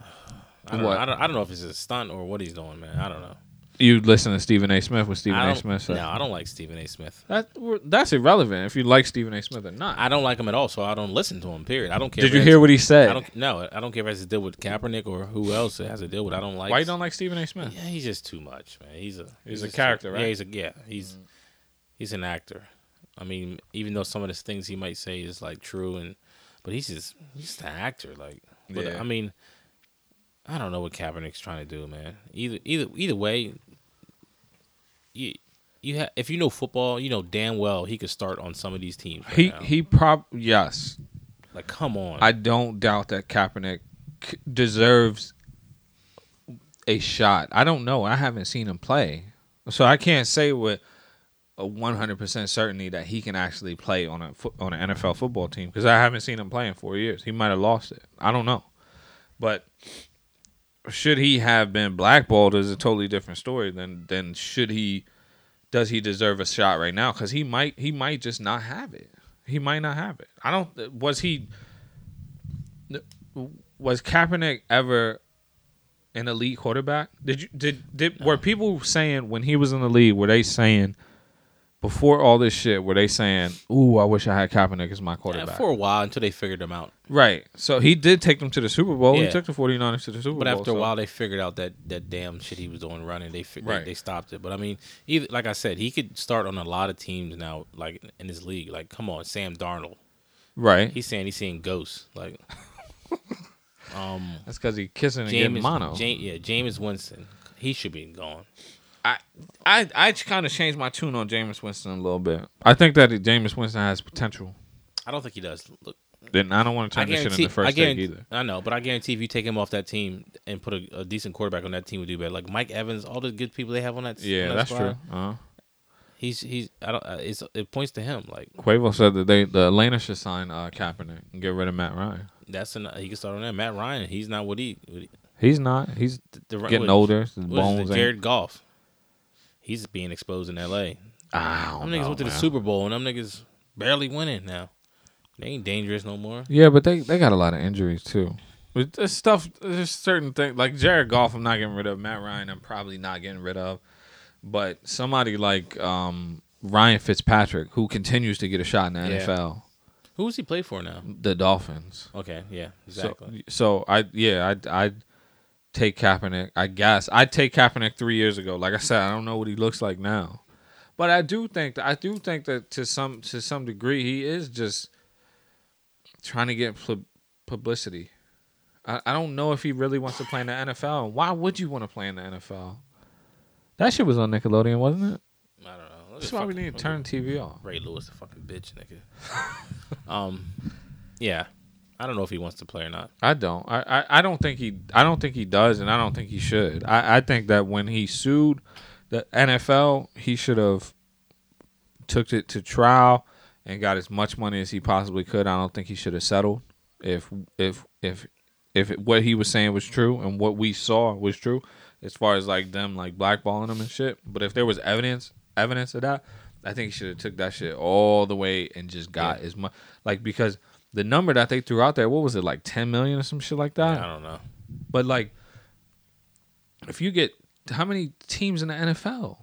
I don't, What? Know, I, don't, I don't know if it's a stunt or what he's doing, man. I don't know. You listen to Stephen A. Smith with Stephen I A. don't, Smith. said. no, I don't like Stephen A. Smith. That, we're- that's irrelevant if you like Stephen A. Smith or not. I don't like him at all, so I don't listen to him. Period. I don't care. Did if you it hear has- what he said? I don't. No, I don't care if it has to deal with Kaepernick or who else it has to deal with. I don't like. Why you don't like Stephen A. Smith? Yeah, he's just too much, man. He's a He's a just character, too- right? Mm-hmm. Yeah, he's a yeah. He's he's an actor. I mean, even though some of the things he might say is like true, and but he's just he's just an actor. Like, but, Yeah. I mean, I don't know what Kaepernick's trying to do, man. Either either either way, you you ha- if you know football, you know damn well he could start on some of these teams. Right He now. he prob yes. like come on. I don't doubt that Kaepernick c- deserves a shot. I don't know. I haven't seen him play, so I can't say with a one hundred percent certainty that he can actually play on a fo- on an NFL football team because I haven't seen him play in four years. He might have lost it. I don't know, but should he have been blackballed is a totally different story than than should he does he deserve a shot right now because he might he might just not have it he might not have it i don't was he was Kaepernick ever an elite quarterback? Did you did did were people saying when he was in the league were they saying before all this shit were they saying, "Ooh, I wish I had Kaepernick as my Yeah, quarterback"? for a while until they figured him out. right. So he did take them to the Super Bowl. He Yeah. took the 49ers to the Super But Bowl. after a so- while, they figured out that that damn shit he was doing running. They fi- Right. they, they stopped it. But I mean, either like I said, he could start on a lot of teams now, like in his league. Like, come on, Sam Darnold. right? He's saying he's seeing ghosts. Like, um, That's because he kissing and James getting mono. Ja- yeah, James Winston. He should be gone. I I I kind of changed my tune on Jameis Winston a little bit. I think that Jameis Winston has potential. I don't think he does. Look, Then I don't want to I turn this shit into guarantee. I first take guarantee. either. I know, but I guarantee if you take him off that team and put a, a decent quarterback on that team, would do better. Like Mike Evans, all the good people they have on that. on Yeah, that that's squad, true. Uh-huh. He's he's. I don't. uh, It's it points to him. Like Quavo said that they the Atlanta should sign uh, Kaepernick and get rid of Matt Ryan. that's an. He can start on that. Matt Ryan. He's not what he. What he He's not. He's the, getting older. His What is bones. it, Jared Goff. He's being exposed in L.A. Oh, Them niggas went to the Super Bowl and them niggas barely winning now. They ain't dangerous no more. Yeah, but they they got a lot of injuries too. But there's stuff. There's certain things like Jared Goff. I'm not getting rid of Matt Ryan. I'm probably not getting rid of. But somebody like um, Ryan Fitzpatrick, who continues to get a shot in the Yeah. NFL, Who does he play for now? the Dolphins. Okay, yeah, exactly. So, so I yeah I I take Kaepernick. I guess I take Kaepernick three years ago. Like I said, I don't know what he looks like now, but I do think that I do think that to some to some degree he is just trying to get pub- publicity. I, I don't know if he really wants to play in the NFL. Why would you want to play in the NFL? That shit was on Nickelodeon, wasn't it? I don't know. Look at That's why we fucking- need to turn the TV off. Ray Lewis, a fucking bitch, nigga. um, yeah, I don't know if he wants to play or not. I don't. I, I, I don't think he. I don't think he does, and I don't think he should. I, I think that when he sued the NFL, he should have took it to trial and got as much money as he possibly could. I don't think he should have settled. If if if if what he was saying was true and what we saw was true, as far as like them like blackballing him and shit. But if there was evidence evidence of that, I think he should have took that shit all the way and just got as much like because the number that they threw out there, what was it like ten million or some shit like that? I don't know. But like, if you get how many teams in the NFL?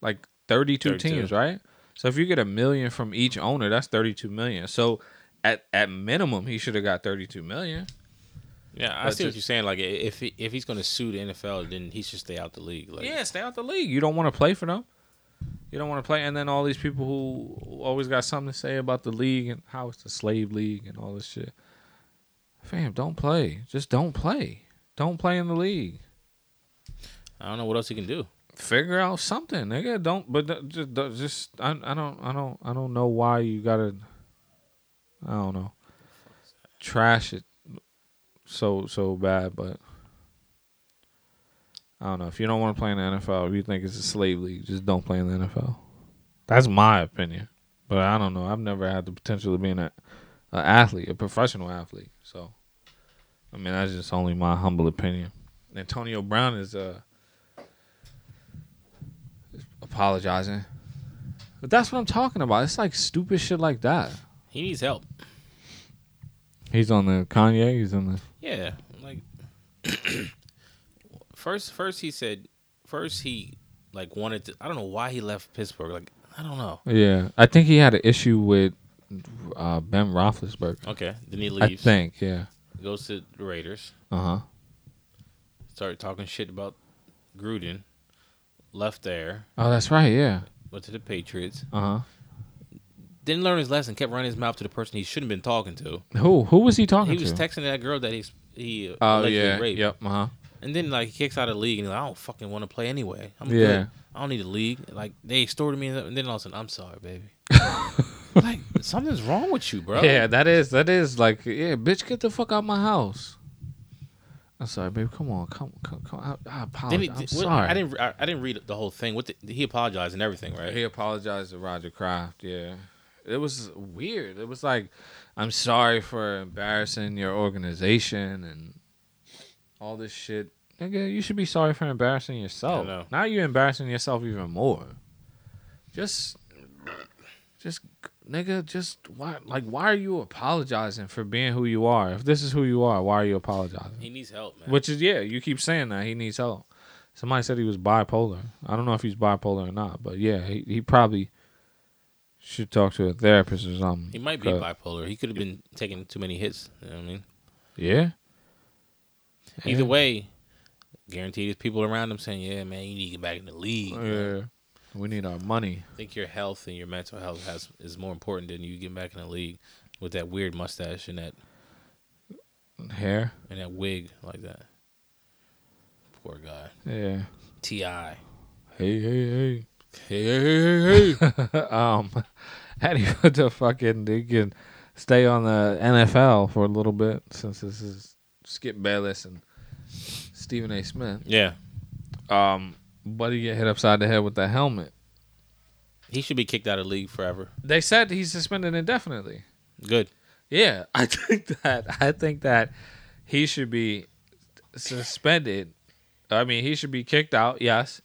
Like 32, 32. teams, right? So if you get a million from each owner, that's 32 million. So at at minimum, he should have got 32 million. Yeah, I But see what just- you're saying. Like, i- if he, if he's gonna sue the NFL, then he should stay out the league. Like, Yeah, stay out the league. You don't want to play for them. You don't want to play, and then all these people who always got something to say about the league and how it's the slave league and all this shit. Fam, don't play. Just don't play. Don't play in the league. I don't know what else he can do. figure out something, nigga. Don't, but th- just, th- just I, I don't, I don't, I don't know why you gotta, I don't know, trash it so so bad. But I don't know if you don't want to play in the NFL, if you think it's a slave league, just don't play in the NFL. That's my opinion. But I don't know. I've never had the potential of being a, a athlete, a professional athlete. So, I mean, that's just only my humble opinion. Antonio Brown is uh apologizing. But that's what I'm talking about. It's like stupid shit like that. He needs help. He's on the Kanye. He's on the. Yeah, like first first he said first he like wanted to. I don't know why he left Pittsburgh. Like, I don't know. Yeah, I think he had an issue with uh, Ben Roethlisberger. Okay, then he I leaves. think. Yeah. Goes to the Raiders. Uh huh. Started talking shit about Gruden. Left there. Oh, that's right. Yeah. Went to the Patriots. Uh Didn't learn his lesson. Kept running his mouth to the person he shouldn't been talking to. huh. Who Who was he talking He to? was texting that girl that he's he Oh allegedly yeah. raped. Yep. Uh huh. And then like he kicks out of the league and he's like, I don't fucking want to play anyway. I'm Yeah. good. I don't need a league. Like they extorted me and then all of a sudden I'm sorry, baby. like something's wrong with you, bro. Yeah, that is that is like yeah, bitch, get the fuck out my house. I'm sorry, baby. Come on, come come come. I, I Then apologize. he, I'm what- sorry. I didn't. I, I didn't read the whole thing. What the, he apologized and everything, right? He apologized to Roger Kraft. Yeah, it was weird. It was like, I'm sorry for embarrassing your organization and all this shit. Nigga, you should be sorry for embarrassing I know. yourself. Now you're embarrassing yourself even more. Just, just, nigga, just why? Like, why are you apologizing for being who you are? If this is who you are, why are you apologizing? He needs help, man. Which is yeah, you keep saying that he needs help. Somebody said he was bipolar. I don't know if he's bipolar or not, but yeah, he, he probably should talk to a therapist or something. he might be 'cause- bipolar. He could have been taking too many hits. You know what I mean? Yeah, Either way, guaranteed there's people around him saying, "Yeah, man, you need to get back in the league." Oh, yeah. We need our money. I think your health and your mental health has is more important than you getting back in the league with that weird mustache and that Hair. and that wig like that. Poor guy. Yeah. Ti. Hey, hey, hey. Hey, hey, hey, hey, hey. um, how do you put the fucking you can stay on the NFL for a little bit since this is Skip Bayless and Stephen A. Smith? yeah, Um, buddy get hit upside the head with that helmet. he should be kicked out of the league forever. They said he's suspended indefinitely. Good. Yeah, I think that I think that he should be suspended. I mean, he should be kicked out. Yes,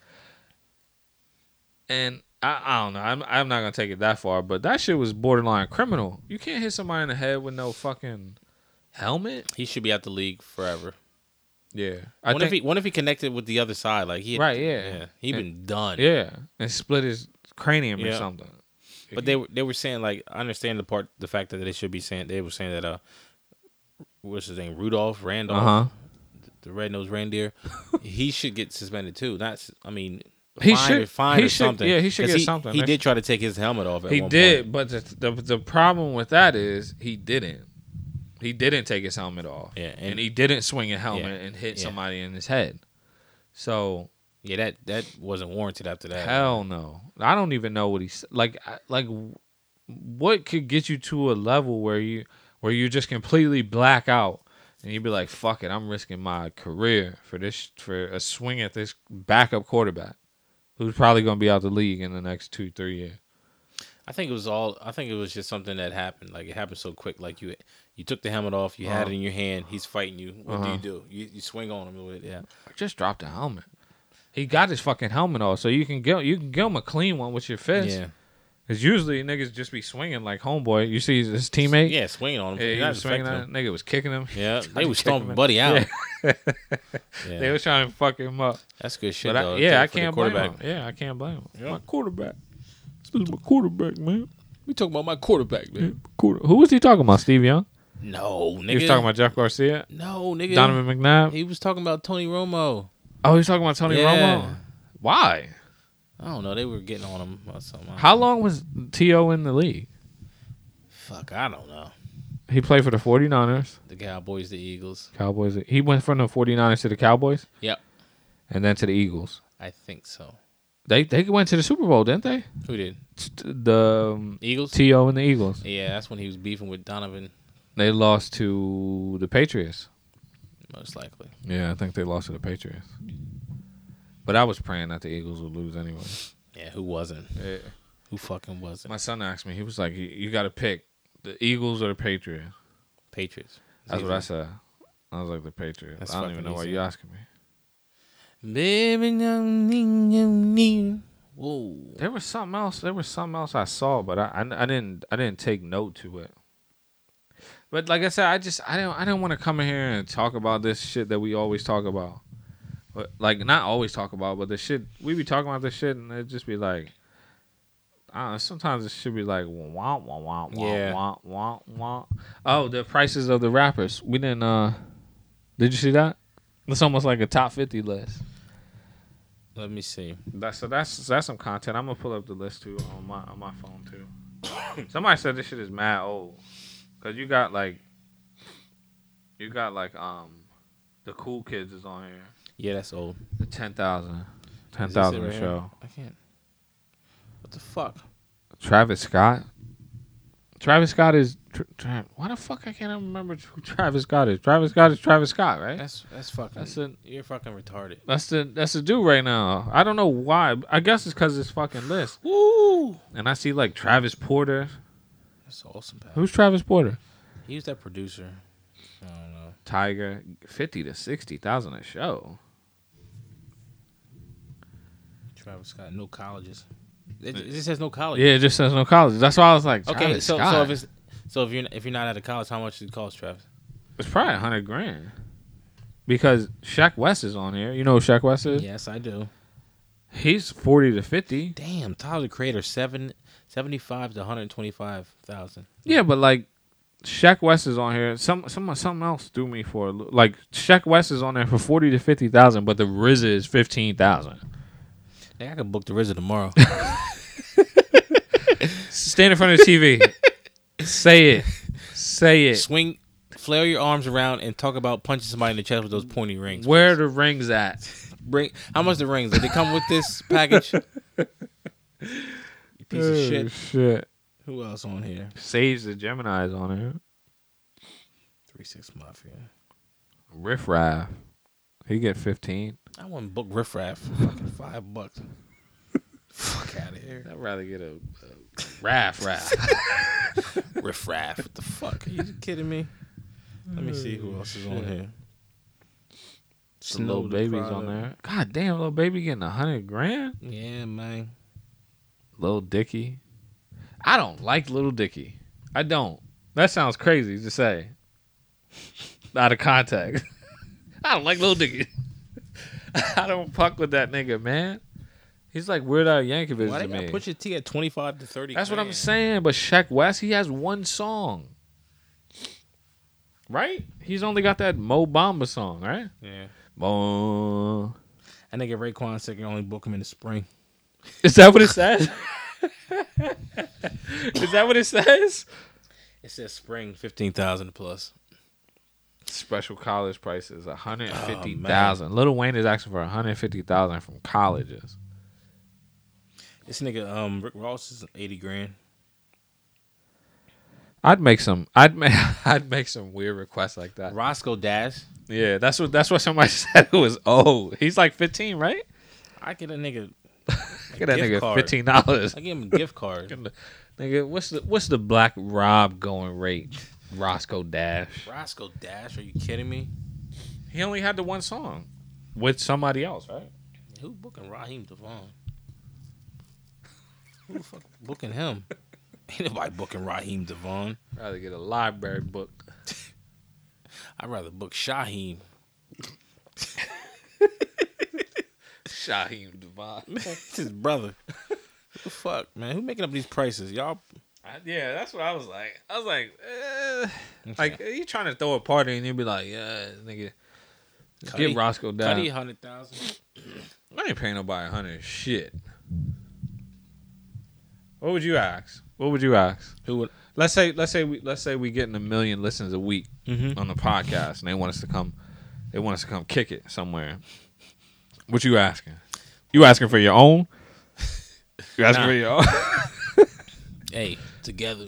and I, I don't know. I'm I'm not gonna take it that far, but that shit was borderline criminal. You can't hit somebody in the head with no fucking helmet. He should be out the league forever. Yeah, I I what if he? What if he connected with the other side? Like he had- Right, yeah. he been done. yeah, and split his cranium or Yeah. something. But they were they were saying like I understand the part the fact that they should be saying they were saying that uh what's his name Rudolph Randolph Uh huh. the red nosed reindeer he should get suspended too. Not s- I mean He fined- should- fined he or should- something. yeah, he should 'Cause get something. He They did should- try to take his helmet off. At He one did, Point. but the, the the problem with that is he didn't. He didn't take his helmet off. Yeah, and, and- he didn't swing a helmet Yeah, and hit yeah. somebody in his head. So Yeah, that that wasn't warranted after that. Hell no. I don't even know what he's like. I- Like, w- what could get you to a level where you where you just completely black out and you'd be like, "Fuck it, I'm risking my career for this for a swing at this backup quarterback who's probably going to be out the league in the next two three years." I think it was all. I think it was just something that happened. Like it happened so quick. Like you, you took the helmet off. You Uh-huh. had it in your hand. He's fighting you. What do you do? You, you swing on him with it. Yeah. Like, just drop the helmet. He got his fucking helmet off, so you can go. You can give him a clean one with your fist. Yeah. Cause usually niggas just be swinging like homeboy. You see his teammate. Yeah, swinging on him. Yeah, You're he not was swinging affecting at him. him. Nigga was kicking him. Yeah, Tried they to was kick him stomping in- Buddy out. Yeah. They was trying to fuck him up. That's good shit But though. I, yeah, I for the can't blame him. Yeah, I can't blame him. My quarterback. This is my quarterback, man. We talking about my quarterback, man. Quarter- Who was he talking about? Steve Young. No, nigga. He was talking about Jeff Garcia, no, nigga. Donovan McNabb. He was talking about Tony Romo. oh, he was talking about Tony Yeah. Romo. Why? I don't know. They were getting on him or something. I- How long was T.O. in the league? Fuck, I don't know. He played for the 49ers, The Cowboys, the Eagles. Cowboys. He went from the 49ers to the Cowboys Yep, and then to the Eagles. I think so. They they went to the Super Bowl, didn't they? Who did T- The um, Eagles? T.O. and the Eagles. yeah, that's when he was beefing with Donovan, They lost to the Patriots. most likely. Yeah, I think they lost to the Patriots. But I was praying that the Eagles would lose anyway. Yeah, who wasn't? Who fucking wasn't? My son asked me, he was like, "You, you got to pick the Eagles or the Patriots." Patriots. That's what I said. I was like, "The Patriots." That's I don't even fucking know why easy. you asking me. Baby, no, nee, no, nee. Whoa. There was something else. There was something else I saw, but I, I, I didn't I didn't take note to it. But like I said, I just I don't I didn't want to come in here and talk about this shit that we always talk about, but like not always talk about, but the shit we be talking about this shit and it just be like, uh, sometimes it should be like wah wah wah wah Yeah. wah wah wah. Oh, the prices of the rappers. We didn't. uh Did you see that? It's almost like a top fifty list. Let me see. That's so that's that's some content. I'm gonna pull up the list too on my on my phone too. Somebody said this shit is mad old, cause you got like, you got like um, the cool kids is on here. Yeah, that's old. The ten thousand, ten Is this it thousand right show. here? I can't. What the fuck? Travis Scott. Travis Scott is. Tra- Tra- why the fuck I can't remember who Travis Scott is? Travis Scott is Travis Scott, right? That's that's fucking. That's an- you're fucking retarded. That's the that's the dude right now. I don't know why. I guess it's cause it's fucking list. Woo! And I see like Travis Porter. That's awesome. Pal. Who's Travis Porter? He was that producer. I don't know. Tiger, fifty to sixty thousand a show. Travis Scott, no colleges. It, it just has no college. Oh, Yeah, it just says no college. That's why I was like, Okay, Travis so Scott. so if it's so if you're if you're not out of college, how much does it cost, Travis? it's probably a hundred grand. Because Shaq West is on here. You know who Shaq West is? Yes, I do. He's forty to fifty. Damn, Tyler the Creator, seven seventy five to one hundred twenty five thousand. Yeah, but like Shaq West is on here. Some some something else threw me for a lo- like Shaq West is on there for forty to fifty thousand, but the RZA is fifteen thousand. Hey, I can book the RZA tomorrow. Stand in front of the TV. Say it. Say it. Swing, flail your arms around and talk about punching somebody in the chest with those pointy rings. Where are the rings at? Bring how much the rings? Did they come with this package? You piece of shit. Shit. Who else on here? Sage the Gemini is on here. Three Six Mafia. Riff Raff. He get fifteen. I wouldn't book Riff Raff for fucking five bucks. Fuck out of here. I'd rather get a, Raff Raff. Riff Raff. What the fuck? Are you kidding me? Let me see who else is on here. little baby's on there. God damn, little baby getting a hundred grand. Yeah, man. Little Dicky. I don't like Little Dicky. I don't. That sounds crazy to say. Out of context. I don't like Little Dicky. I don't fuck with that nigga, man. He's like Weird Al Yankovic Why to they gotta me. put your T at twenty five to thirty? That's what I'm grand? saying. But Shaq West, he has one song. Right? He's only got that Mo Bamba song, right? Yeah. Mo. I think Raekwon said you can only book him in the spring. Is that what it says? Is that what it says? It says spring fifteen thousand plus. Special college prices, one hundred fifty thousand. Little Wayne is asking for one hundred fifty thousand from colleges. This nigga, um, Rick Ross is eighty grand. I'd make some. I'd make. I'd make some weird requests like that. Roscoe Dash. Yeah, that's what. That's what somebody said. Who was old? He's like fifteen, right? I get a nigga. Look at that Gift nigga, card. fifteen dollars. I give him a gift card. Nigga, what's the what's the Black Rob going rate? Roscoe Dash. Roscoe Dash. Are you kidding me? He only had the one song with somebody else, right? Who booking Raheem Devon? Who the fuck booking him? Ain't nobody booking Raheem Devon. Rather get a library book. I'd rather book Shaheem. Shaheem Devon. It's his brother. What the fuck, man? Who making up these prices? Y'all I- yeah, that's what I was like. I was like, eh. like you trying to throw a party and you'd be like, yeah, nigga, just Cudi- get Roscoe Dash. Cuddy hundred thousand. I ain't paying nobody a hundred shit. What would you ask? What would you ask? Who would Let's say let's say we let's say we getting a million listens a week on the podcast, and they want us to come, they want us to come kick it somewhere. What you asking? You asking for your own? You asking for your own? hey together?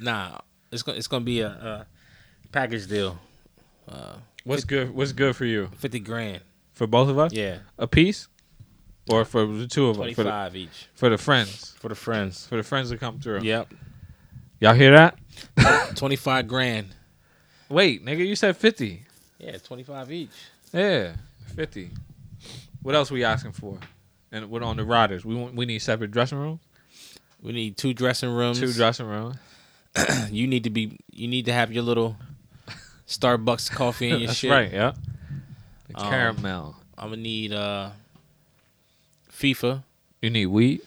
Nah, it's gonna it's gonna be a, uh package deal. what's good? What's good for you? Fifty grand. For both of us? Yeah, a piece, or for the two of us? twenty For the, five each for the friends, for the friends. for the friends to come through. Yep, y'all hear that? twenty five grand. Wait, nigga, you said fifty. Yeah, twenty five each. Yeah, fifty. What else we asking for? And what on the riders? We want, we need separate dressing rooms. We need two dressing rooms. Two dressing rooms. you need to be. You need to have your little Starbucks coffee and your That's shit. right. Yeah. Um, The caramel. I'm gonna need uh FIFA. You need weed.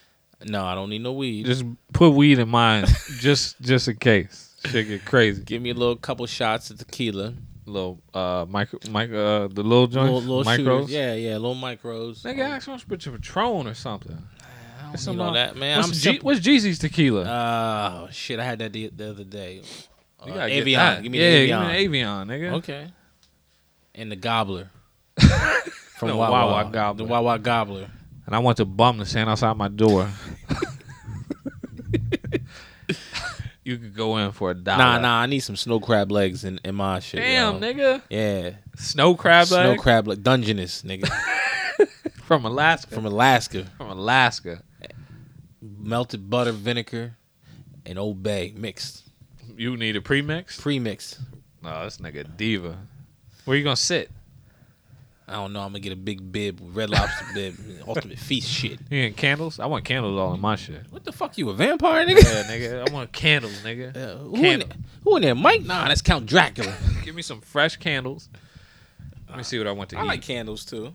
No, I don't need no weed. Just put weed in mine, just just in case shit get crazy. Give me a little couple shots of tequila. Little uh, micro, micro, uh, the little joints, Little, little micros. shooters. Yeah, yeah, little micros. Nigga, ask him to put your Patron or something. uh, I don't need all that, man. What's, I'm G- simple. what's Jeezy's tequila? Oh shit! I had that the, the other day. Uh, You gotta get Avion, that. give me yeah, the give Avion. me an Avion, nigga. Okay. And the gobbler from The Wawa. Wawa Gobbler. The Wawa gobbler. And I want the bum to stand outside my door. you could go in for a dollar. Nah, nah. I need some snow crab legs in, in my shit. Damn, yo. nigga. Yeah, Snow crab snow leg crab like Dungeness, nigga, from Alaska. From, from Alaska. Alaska. Melted butter, vinegar, and Old Bay mixed, You need a premix? pre-mixed. No, this nigga diva. Where you gonna sit? I don't know. I'm gonna get a big bib, red lobster bib, ultimate feast shit. You getting candles? I want candles all in my shit. What the fuck? You a vampire, nigga? Yeah, nigga. I want candles, nigga. Uh, who, in Candle. there, who in there? Mike? Nah, that's Count Dracula. Give me some fresh candles. Let me see what I want to I eat. like candles too.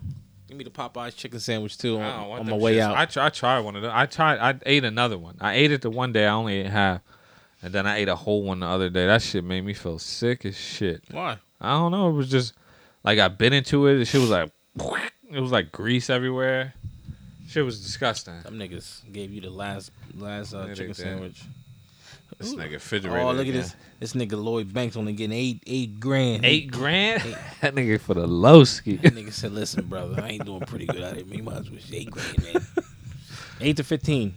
Give me the Popeyes chicken sandwich too on, I don't want on my them way shits. out. I, tr- I tried one of them. I tried. I ate another one. I ate it the one day. I only ate half, and then I ate a whole one the other day. That shit made me feel sick as shit. Why? I don't know. It was just like I bit into it. The shit was like it was like grease everywhere. Shit was disgusting. Them niggas gave you the last last uh, they chicken did. sandwich. This nigga Oh, refrigerator. look at again. this! This nigga Lloyd Banks only getting eight eight grand. Eight grand. that nigga for the low ski. That nigga said, "Listen, brother, I ain't doing pretty good out here. Man, you might as well just eight grand, man. Eight to fifteen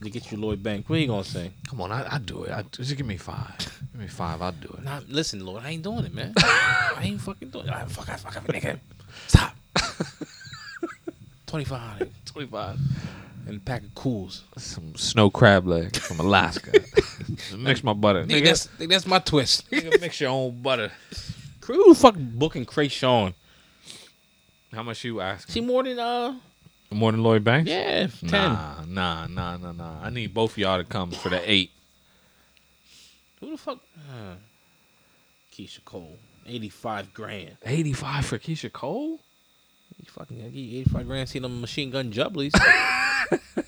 to get you Lloyd Banks. What are you gonna say? Come on, I, I do it. I, just give me five. Give me five. I'll do it. Nah, listen, Lloyd, I ain't doing it, man. I ain't fucking doing it. I fuck, I fuck, I nigga. Stop. Twenty five hundred Twenty five. and a pack of cools. Some snow crab legs from Alaska. Mix my butter. Nigga, Nigga, that's that's my twist. Nigga, mix your own butter. Who the fuck booking Krayshawn? How much you asking? She more than uh More than Lloyd Banks? yeah ten. Nah, nah, nah, nah, nah. I need both of y'all to come for the eight. Who the fuck? Uh, Keisha Cole, eighty five grand. Eighty-five for Keisha Cole? You fucking gonna get eighty five grand? See them machine gun jubblies,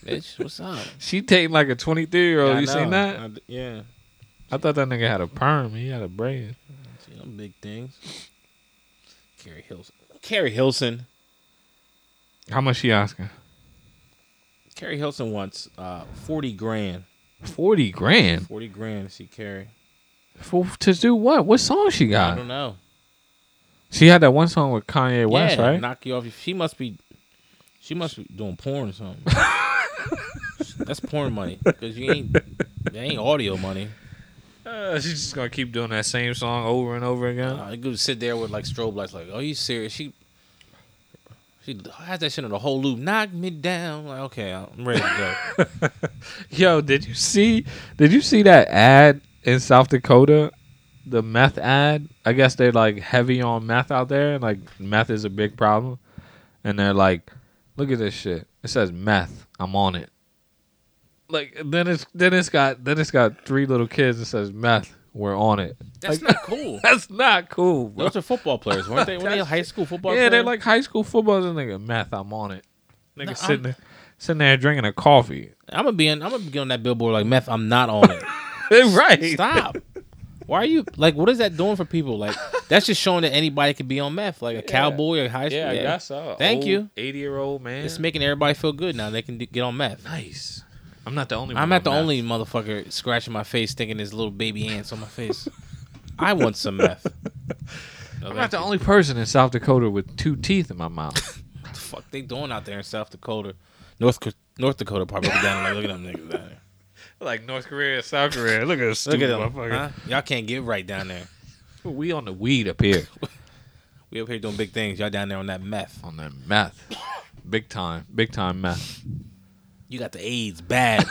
bitch. What's up? She dating like a twenty-three-year-old. I you know. seen that? I d- yeah. I thought that nigga had a perm. He had a braid. See them big things. Carrie Hilson. Carrie Hilson. How much she asking? Carrie Hilson wants uh forty grand. Forty grand Forty grand to see Carrie. for to do what? What song she I got? don't know. She had that one song with Kanye West, yeah, right? knock you off. your- She must be, she must be doing porn or something. That's porn money because you ain't, that ain't audio money. Uh, she's just gonna keep doing that same song over and over again. I could sit there with like strobe lights, like, oh, you serious? She, she has that shit on the whole loop. Knock me down. Like, okay, I'm ready to go. Yo, did you see? Did you see that ad in South Dakota? The meth ad. I guess they're like heavy on meth out there. and Like meth is a big problem, and they're like, "Look at this shit. It says meth. I'm on it." Like then it's then it's got then it's got three little kids that says meth. We're on it. That's not cool. That's not cool, bro. Those are football players, weren't they? Were they high school football? Yeah, they're players? like high school footballers. and Nigga, meth. I'm on it. Nigga No, sitting I'm- there, sitting there drinking a coffee. I'm gonna be on. I'm gonna be on that billboard like meth. I'm not on it. right. Stop. Why are you like? What is that doing for people? Like that's just showing that anybody could be on meth, like a cowboy or high school. Yeah, I guess so. Thank you. Eighty year old man. It's making everybody feel good now. They can d- get on meth. nice. I'm not the only. one I'm not the on only meth. motherfucker scratching my face, thinking there's little baby ants on my face. I want some meth. No, I'm not the thank only person in South Dakota with two teeth in my mouth. you. What the fuck they doing out there in South Dakota, North Co- North Dakota probably look down like look at them niggas down there. like North Korea, South Korea. Look at this Look stupid at them. motherfucker. huh? Y'all can't get right down there. We on the weed up here We up here doing big things. Y'all down there on that meth. on that meth, big time, big time meth. You got the AIDS bad.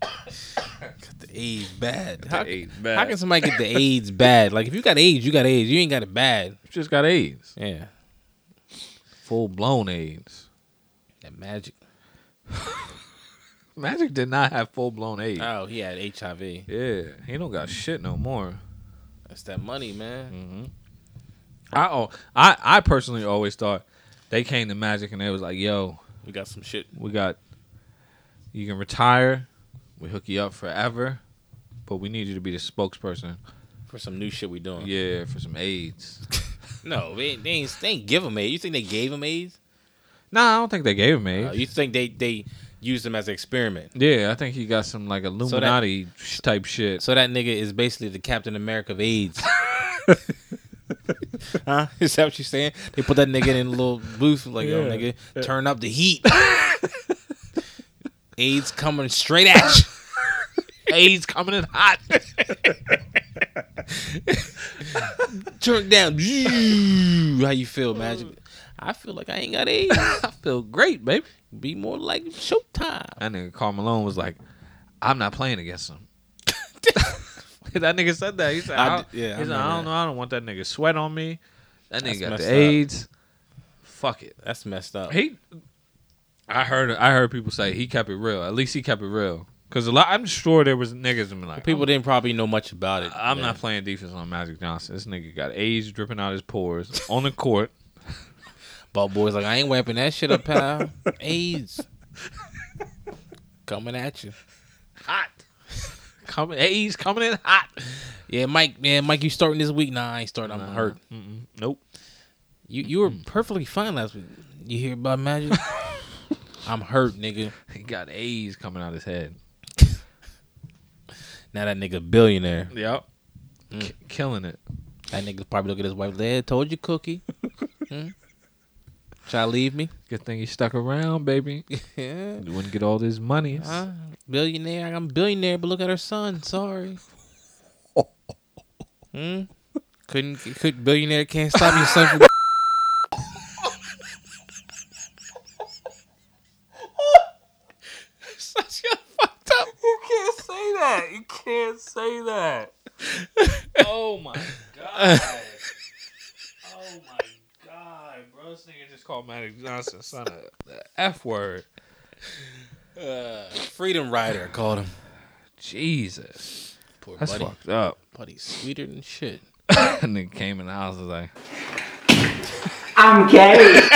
got the AIDS bad. How, AIDS bad. how can somebody get the AIDS bad? Like if you got AIDS, you got AIDS. You ain't got it bad. Just got AIDS, Yeah. full blown AIDS. That magic. Magic did not have full blown AIDS. Oh, he had HIV. yeah, he don't got shit no more. That's that money, man. I oh, I I personally always thought they came to Magic and they was like, yo, We got some shit. We got you can retire. We hook you up forever, but we need you to be the spokesperson. For some new shit we doing. Yeah, for some AIDS. No, they, ain't- they, ain't, they ain't give him AIDS. You think they gave him AIDS? nah, I don't think they gave him AIDS. Uh, you think they, they used him as an experiment? yeah, I think he got some like Illuminati sh- type shit. So that nigga is basically the Captain America of AIDS. huh? Is that what you're saying? They put that nigga in a little booth, like, yo, Yeah. nigga, turn up the heat. AIDS coming straight at you. AIDS coming in hot. Turn down. How you feel, Magic? I feel like I ain't got AIDS. I feel great, baby. Be more like Showtime. That nigga Carl Malone was like, "I'm not playing against him." that nigga said that. He said, I "I, d- yeah, I he said, remember I don't that. know. I don't want that nigga sweat on me. That nigga got messed the up. AIDS. Fuck it." That's messed up. He, I heard, I heard people say he kept it real. At least he kept it real. Cause a lot, I'm sure there was niggas and like People didn't probably know much about it. I'm, I'm man. not playing defense on Magic Johnson. This nigga got AIDS dripping out his pores on the court. But boys, like I ain't wiping that shit up, pal. AIDS coming at you. Hot, coming AIDS coming in hot. Yeah, Mike. Man, Mike, you starting this week? Nah, I ain't starting. I'm hurt. Nope. You you were perfectly fine last week. You hear about Magic? I'm hurt, nigga. He got AIDS coming out his head. Now that nigga billionaire. Yep. K- killing it. That nigga probably look at his wife. There, told you, Cookie. Hmm? Try to leave me. Good thing he stuck around, baby. Yeah. You wouldn't get all this money. Huh? Billionaire. I'm billionaire, but look at her son. Sorry. Hmm? Couldn't could billionaire can't stop your son from You can't say that. You can't say that. oh my god. Oh my god, bro. This nigga just called Magic Johnson son of the F word. Freedom Rider, I called him. Jesus. Poor That's buddy. fucked up. Buddy's sweeter than shit. and then came in the house and was like, I'm gay.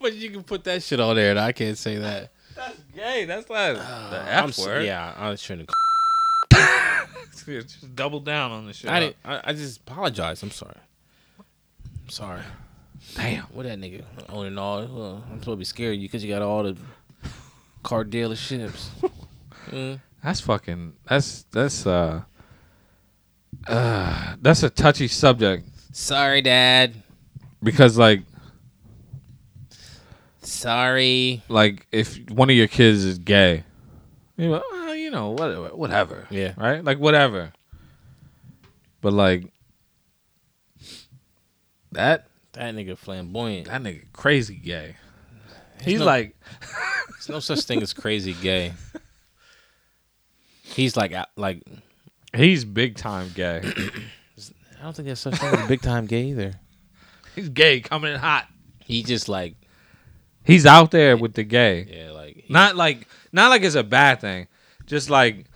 But you can put that shit on there, and I can't say that. That's gay. That's like the I'm F s- word. Yeah, I was trying to. Just double down on the shit. I, didn't, I I just apologize. I'm sorry. I'm sorry. Damn. What that nigga owning all? uh, I'm supposed to be scared of you because you got all the car dealerships. That's fucking that's that's uh That's a touchy subject Sorry, Dad. because like Sorry. like if one of your kids is gay, you know, "Ah, you know whatever, whatever. Yeah. Right? Like whatever. But like that That nigga flamboyant. that nigga crazy gay. He's no- like There's no such thing as crazy gay. He's like out- like he's big time gay. I don't think there's such thing as big time gay either. he's gay coming in hot. He just like He's out there with the gay. yeah like he Not like not like it's a bad thing. Just like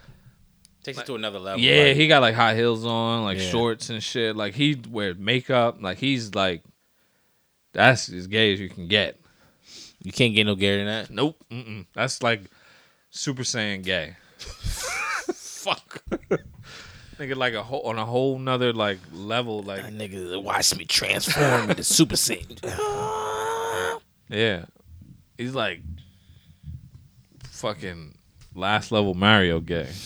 takes it to another level. yeah, Oh, like, he got like high heels on, like Yeah. shorts and shit. Like he wears makeup. Like he's like that's as gay as you can get. you can't get no gayer than that. Nope. Mm-mm. That's like Super Saiyan gay. Fuck. Nigga, like a whole on a whole nother like level. Like That nigga that watched me transform into Super Saiyan. yeah, he's like fucking last level Mario gay.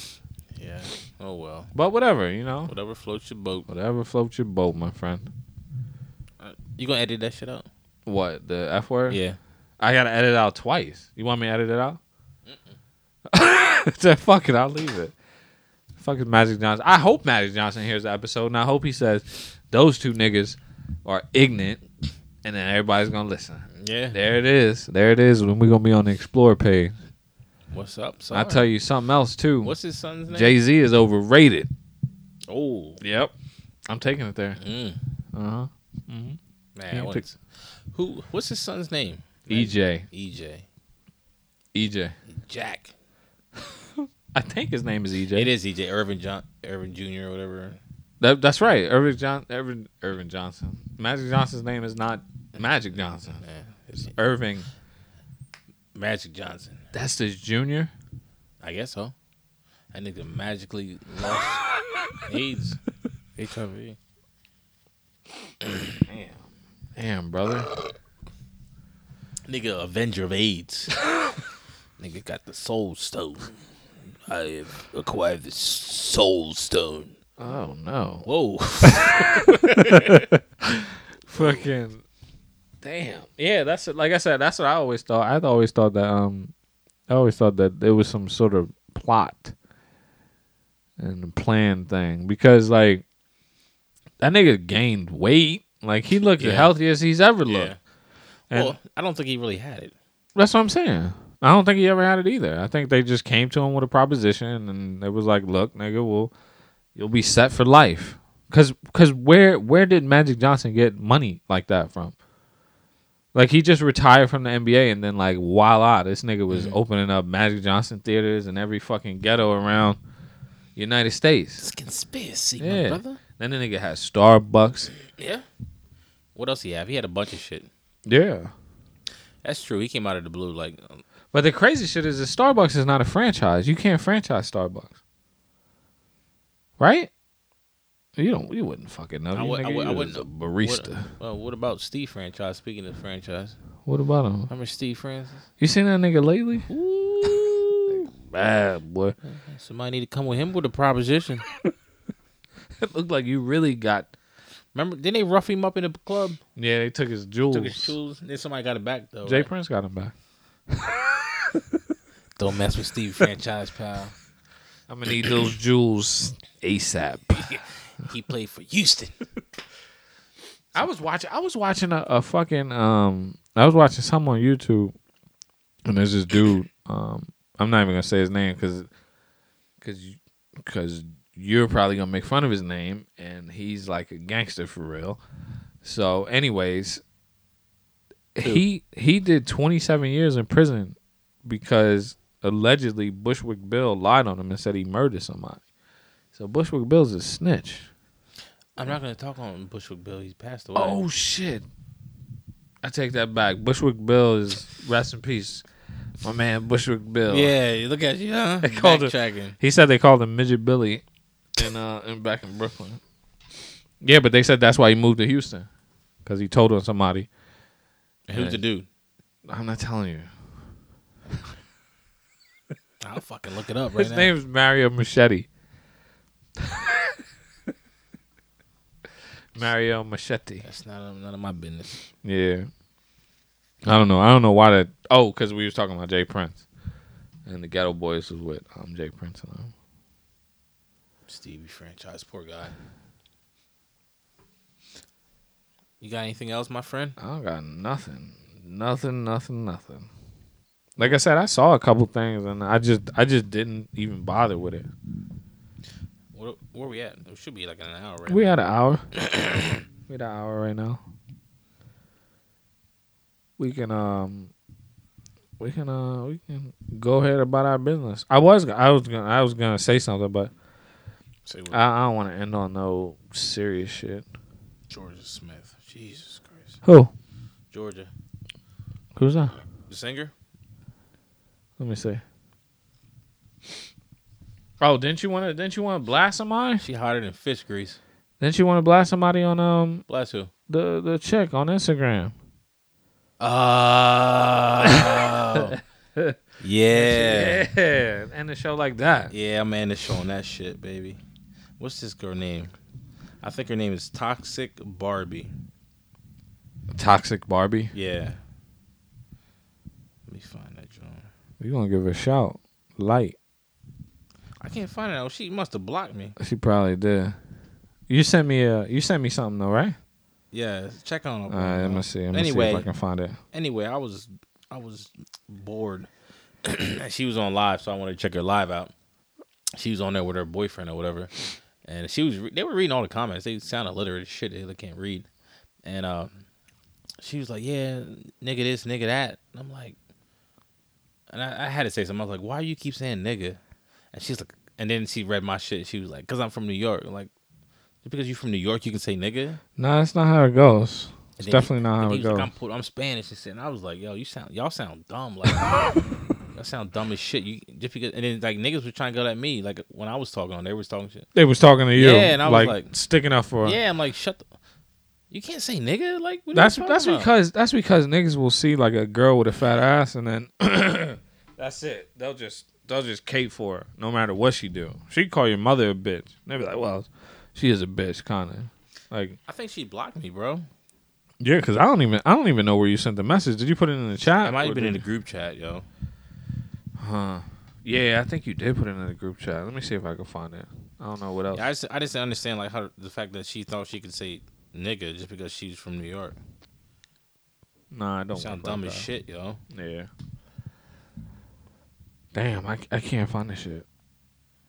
Yeah. Oh well. But whatever, you know. Whatever floats your boat. Whatever floats your boat, my friend. You gonna edit that shit out? What the f word? Yeah. I gotta edit it out twice. You want me to edit it out? Then fuck it, I'll leave it. Fucking Magic Johnson. I hope Magic Johnson hears the episode, and I hope he says those two niggas are ignorant, and then everybody's gonna listen. Yeah. There it is. There it is. When we gonna be on the Explore page, What's up? Son? I tell you something else too. What's his son's name? Jay Z is overrated. Oh Yep, I'm taking it there. Uh-huh. man. I wanted to- Who? What's his son's name? EJ, EJ. EJ. Jack. E I think his name is E EJ. It is EJ. Irvin John. Irvin Jr. or whatever. That, that's right. Irvin John Irvin Irvin Johnson. Magic Johnson's name is not Magic Johnson. It's Irving. Magic Johnson. That's his junior. I guess so. That nigga magically lost AIDS. HIV. Damn, brother. Nigga, Avenger of AIDS. nigga got the Soul Stone. I have acquired the Soul Stone. Oh no. Whoa. Fucking. Damn. Yeah, that's it. Like I said, that's what I always thought. I always thought that um, I always thought that there was some sort of plot and plan thing because like that nigga gained weight. Like he looked Yeah. the healthiest he's ever looked. yeah. Well, I don't think he really had it. That's what I'm saying. I don't think he ever had it either. I think they just came to him with a proposition, and it was like, "Look, nigga, well, you'll be set for life." Cause, cause where where did Magic Johnson get money like that from? Like he just retired from the NBA, and then like, voila, this nigga was opening up Magic Johnson theaters in every fucking ghetto around United States. It's conspiracy, Yeah. my brother. Then the nigga had Starbucks. Yeah. What else he have? He had a bunch of shit. Yeah. That's true. He came out of the blue like um, But the crazy shit is that Starbucks is not a franchise. You can't franchise Starbucks. Right? You don't you wouldn't fucking know. I, You would, nigga, I, would, you I wouldn't was a barista. What, well, what about Steve franchise? Speaking of franchise, What, about him? remember Steve Francis? You seen that nigga lately? Ooh, Bad boy. somebody need to come with him with a proposition. It looked like you really got Remember? Didn't they rough him up in the club? Yeah, they took his jewels. Took his shoes. Then somebody got it back though. Jay right? Prince got him back. Don't mess with Steve franchise, pal. I'm gonna need those jewels ASAP. He played for Houston. I was watching. I was watching a, a fucking. Um, I was watching some on YouTube, and there's this dude. Um, I'm not even gonna say his name because, because, because you're probably gonna make fun of his name, and he's like a gangster for real. So, anyways, he he did 27 years in prison because allegedly Bushwick Bill lied on him and said he murdered somebody. So Bushwick Bill's a snitch. I'm not gonna talk on Bushwick Bill. He's passed away. Oh shit! I take that back. Bushwick Bill is rest in peace. My man Bushwick Bill. yeah. you Look at you, huh? They called him- Backtracking. He said they called him Midget Billy, in uh, in back in Brooklyn. Yeah, but they said that's why he moved to Houston, because he told on somebody. Who's the dude? I'm not telling you. I'll fucking look it up right His now. name is Mario Machete. Mario Machete. That's not none of my business. Yeah. I don't know. I don't know why that. Oh, because we was talking about Jay Prince, and the Ghetto Boys was with um, Jay Prince and um, Stevie franchise, poor guy. You got anything else, my friend? I don't got nothing, nothing, nothing, nothing. Like I said, I saw a couple things, and I just, I just didn't even bother with it. Where, where we at? It should be like in an hour, right? We had an hour. we had an hour right now. We can um we can uh we can go ahead about our business. I was I was gonna I was gonna say something, but Say what? I, I don't wanna end on no serious shit. Georgia Smith. Jesus Christ. Who? Georgia, Who's that? the singer. Let me see. Oh, didn't you wanna didn't you wanna blast somebody? She hotter than fish grease. Didn't you wanna blast somebody on um Bless who? the the chick on Instagram? Oh. yeah. Yeah, and the show like that. Yeah, I'm in the show on that shit, baby. What's this girl name? I think her name is Toxic Barbie. Toxic Barbie. Yeah. Let me find that joint. You gonna give her a shout? Light. I can't find it. Oh, she must have blocked me. She probably did. You sent me a. You sent me something though, right? Yeah, check on her. All right. Let me see. Let me anyway, see if I can find it. anyway, I was I was bored. And she was on live, so I wanted to check her live out. She was on there with her boyfriend or whatever, and she was re- they were reading all the comments. They sound illiterate as shit. They like, can't read, and uh, she was like, "Yeah, nigga this, nigga that." And I'm like, and I, I had to say something. I was like, "Why you keep saying nigga?" And she's like, and then she read my shit. She was like, "Cause I'm from New York." I'm like, just because you're from New York, you can say nigga. No, that's not how it goes. And It's then definitely he- not and how he it was like, I'm, goes. Puerto- I'm Spanish and shit. And I was like, yo, you sound, y'all sound dumb. Like, y'all sound dumb as shit. You just because, and then like niggas were trying to go at me. Like when I was talking on, they was talking shit. They was talking to you. Yeah, and I was like, like- sticking up for. her. Yeah, I'm like, shut the. You can't say nigga. Like what are you That's talking that's about? because that's because niggas will see like a girl with a fat ass and then that's it. They'll just they'll just cape for her no matter what she do. She call your mother a bitch. They be like, well, she is a bitch, kind of. Like I think she blocked me, bro. yeah, because I don't even I don't even know where you sent the message. Did you put it in the chat? I might have or been in did- the group chat, yo. Yeah, I think you did put it in the group chat. Let me see if I can find it. I don't know what else. Yeah, I just I just didn't understand like how the fact that she thought she could say nigga just because she's from New York. nah, I don't. Sound worry about dumb as that. shit, yo. Yeah. Damn, I, I can't find this shit.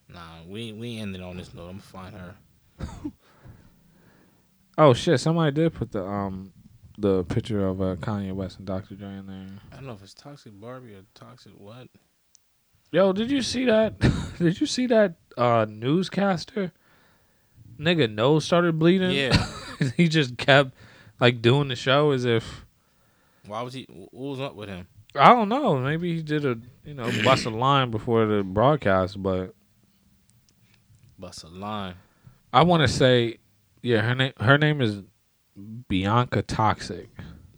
Nah, we we ended on this note. I'm gonna find her. Oh shit! Somebody did put the um the picture of uh, Kanye West and Dr. Dre in there. I don't know if it's toxic Barbie or toxic what. Yo, did you see that? did you see that uh newscaster? Nigga, nose started bleeding. Yeah. he just kept like doing the show as if Why was he? What was up with him? I don't know. Maybe he did a you know bust a line before the broadcast, but Bust a line. I want to say, yeah, her name her name is Bianca Toxic.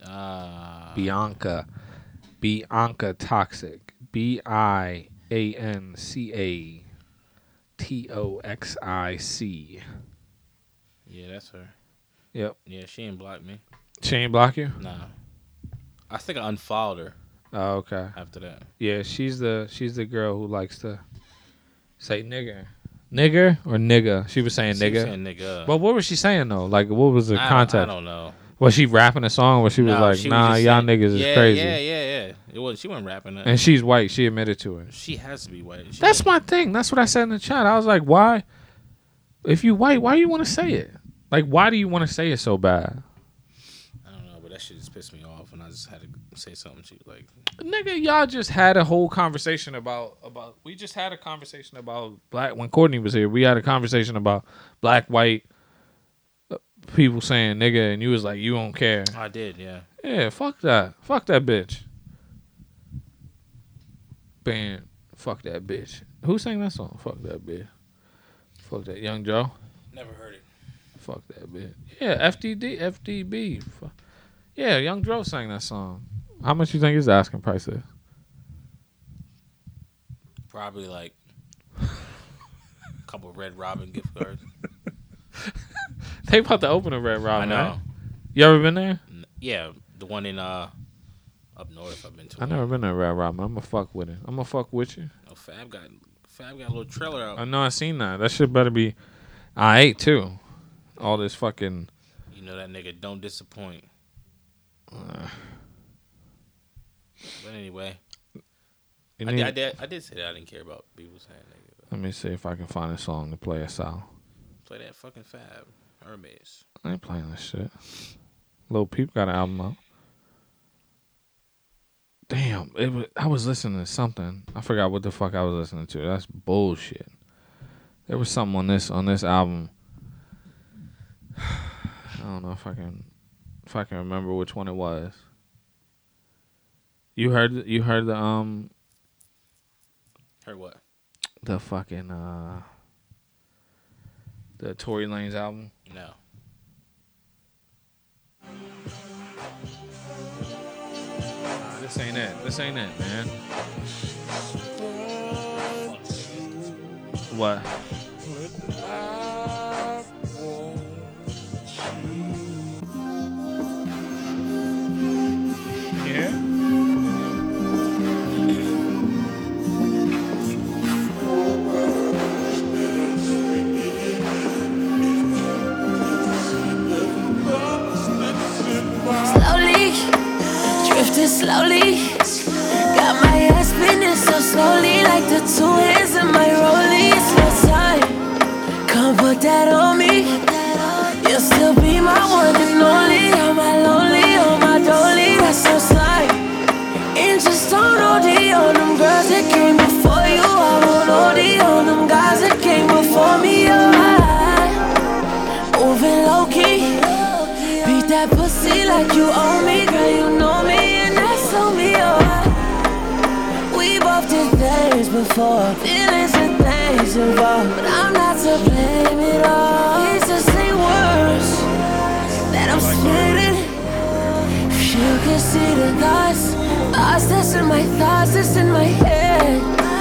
Uh, Bianca, Bianca Toxic. B i a n c a t o x i c. yeah, that's her. Yep. Yeah, she ain't blocked me. She ain't block you. Nah, I think I unfollowed her Oh, okay. after that. Yeah, she's the she's the girl who likes to say nigger, nigger or nigga. She was saying She was nigga. saying nigga. but what was she saying though? Like, what was the I, context? I don't know. Was she rapping a song where she was No, like, she was "Nah, just y'all saying- niggas is yeah, crazy," Yeah, yeah, yeah. It was. She wasn't rapping it. and she's white. She admitted to it. she has to be white. She That's my thing. That's what I said in the chat. I was like, "Why? If you white, why you want to say it? Like, why do you want to say it so bad, I don't know, but that shit just pissed me off, and I just had to say something. She was like, nigga? Y'all just had a whole conversation about about. We just had a conversation about black when Courtney was here. We had a conversation about black white uh, people saying nigga, and you was like, you don't care. I did, yeah. Yeah, fuck that. Fuck that bitch. Band. Fuck that bitch. Who sang that song? Fuck that bitch. Fuck that young Joe. Never heard it. Fuck that bitch. Yeah, FDD, FDB. Fu- Yeah, Young Dro sang that song. How much you think his asking price is? Probably like a couple Red Robin gift cards. They about to open a Red Robin. know. right? You ever been there? Yeah, the one in uh up north. I've been to. I never been to a Red Robin. I'm gonna fuck with it. I'm gonna fuck with you. Oh, Fab got Fab got a little trailer out. I know I seen that. That shit better be. I ate too. All this fucking. you know that nigga don't disappoint. but anyway, you I need- did, I did. I did say that I didn't care about people saying nigga. but Let me see if I can find a song to play us out. Play that fucking Fab Hermes. I ain't playing this shit. Lil Peep got an album out. Damn, it was, I was listening to something. I forgot what the fuck I was listening to. That's bullshit. There was something on this on this album. I don't know if I can if I can remember which one it was. You heard you heard the um Heard what? the fucking uh the Tory Lanez album. No. This ain't it. This ain't it, man. What? Yeah. Slowly, drifting slowly. Got my head spinning so slowly, like the two hands in my rollies. No time, come put that on me. You'll still be my one and only. Am I lonely? Am I dolly? That's so sly. And just don't OD on them girls that came before you. I won't OD on them guys that came before me. Oh, I- moving low key. Beat that pussy like you owe me, girl. You know me, and that's on me. Alright. We both did things before, feelings and things involved, but I'm not to blame at all. It's just the words that I'm spitting. If you can see the thoughts, thoughts that's in my thoughts, that's in my head.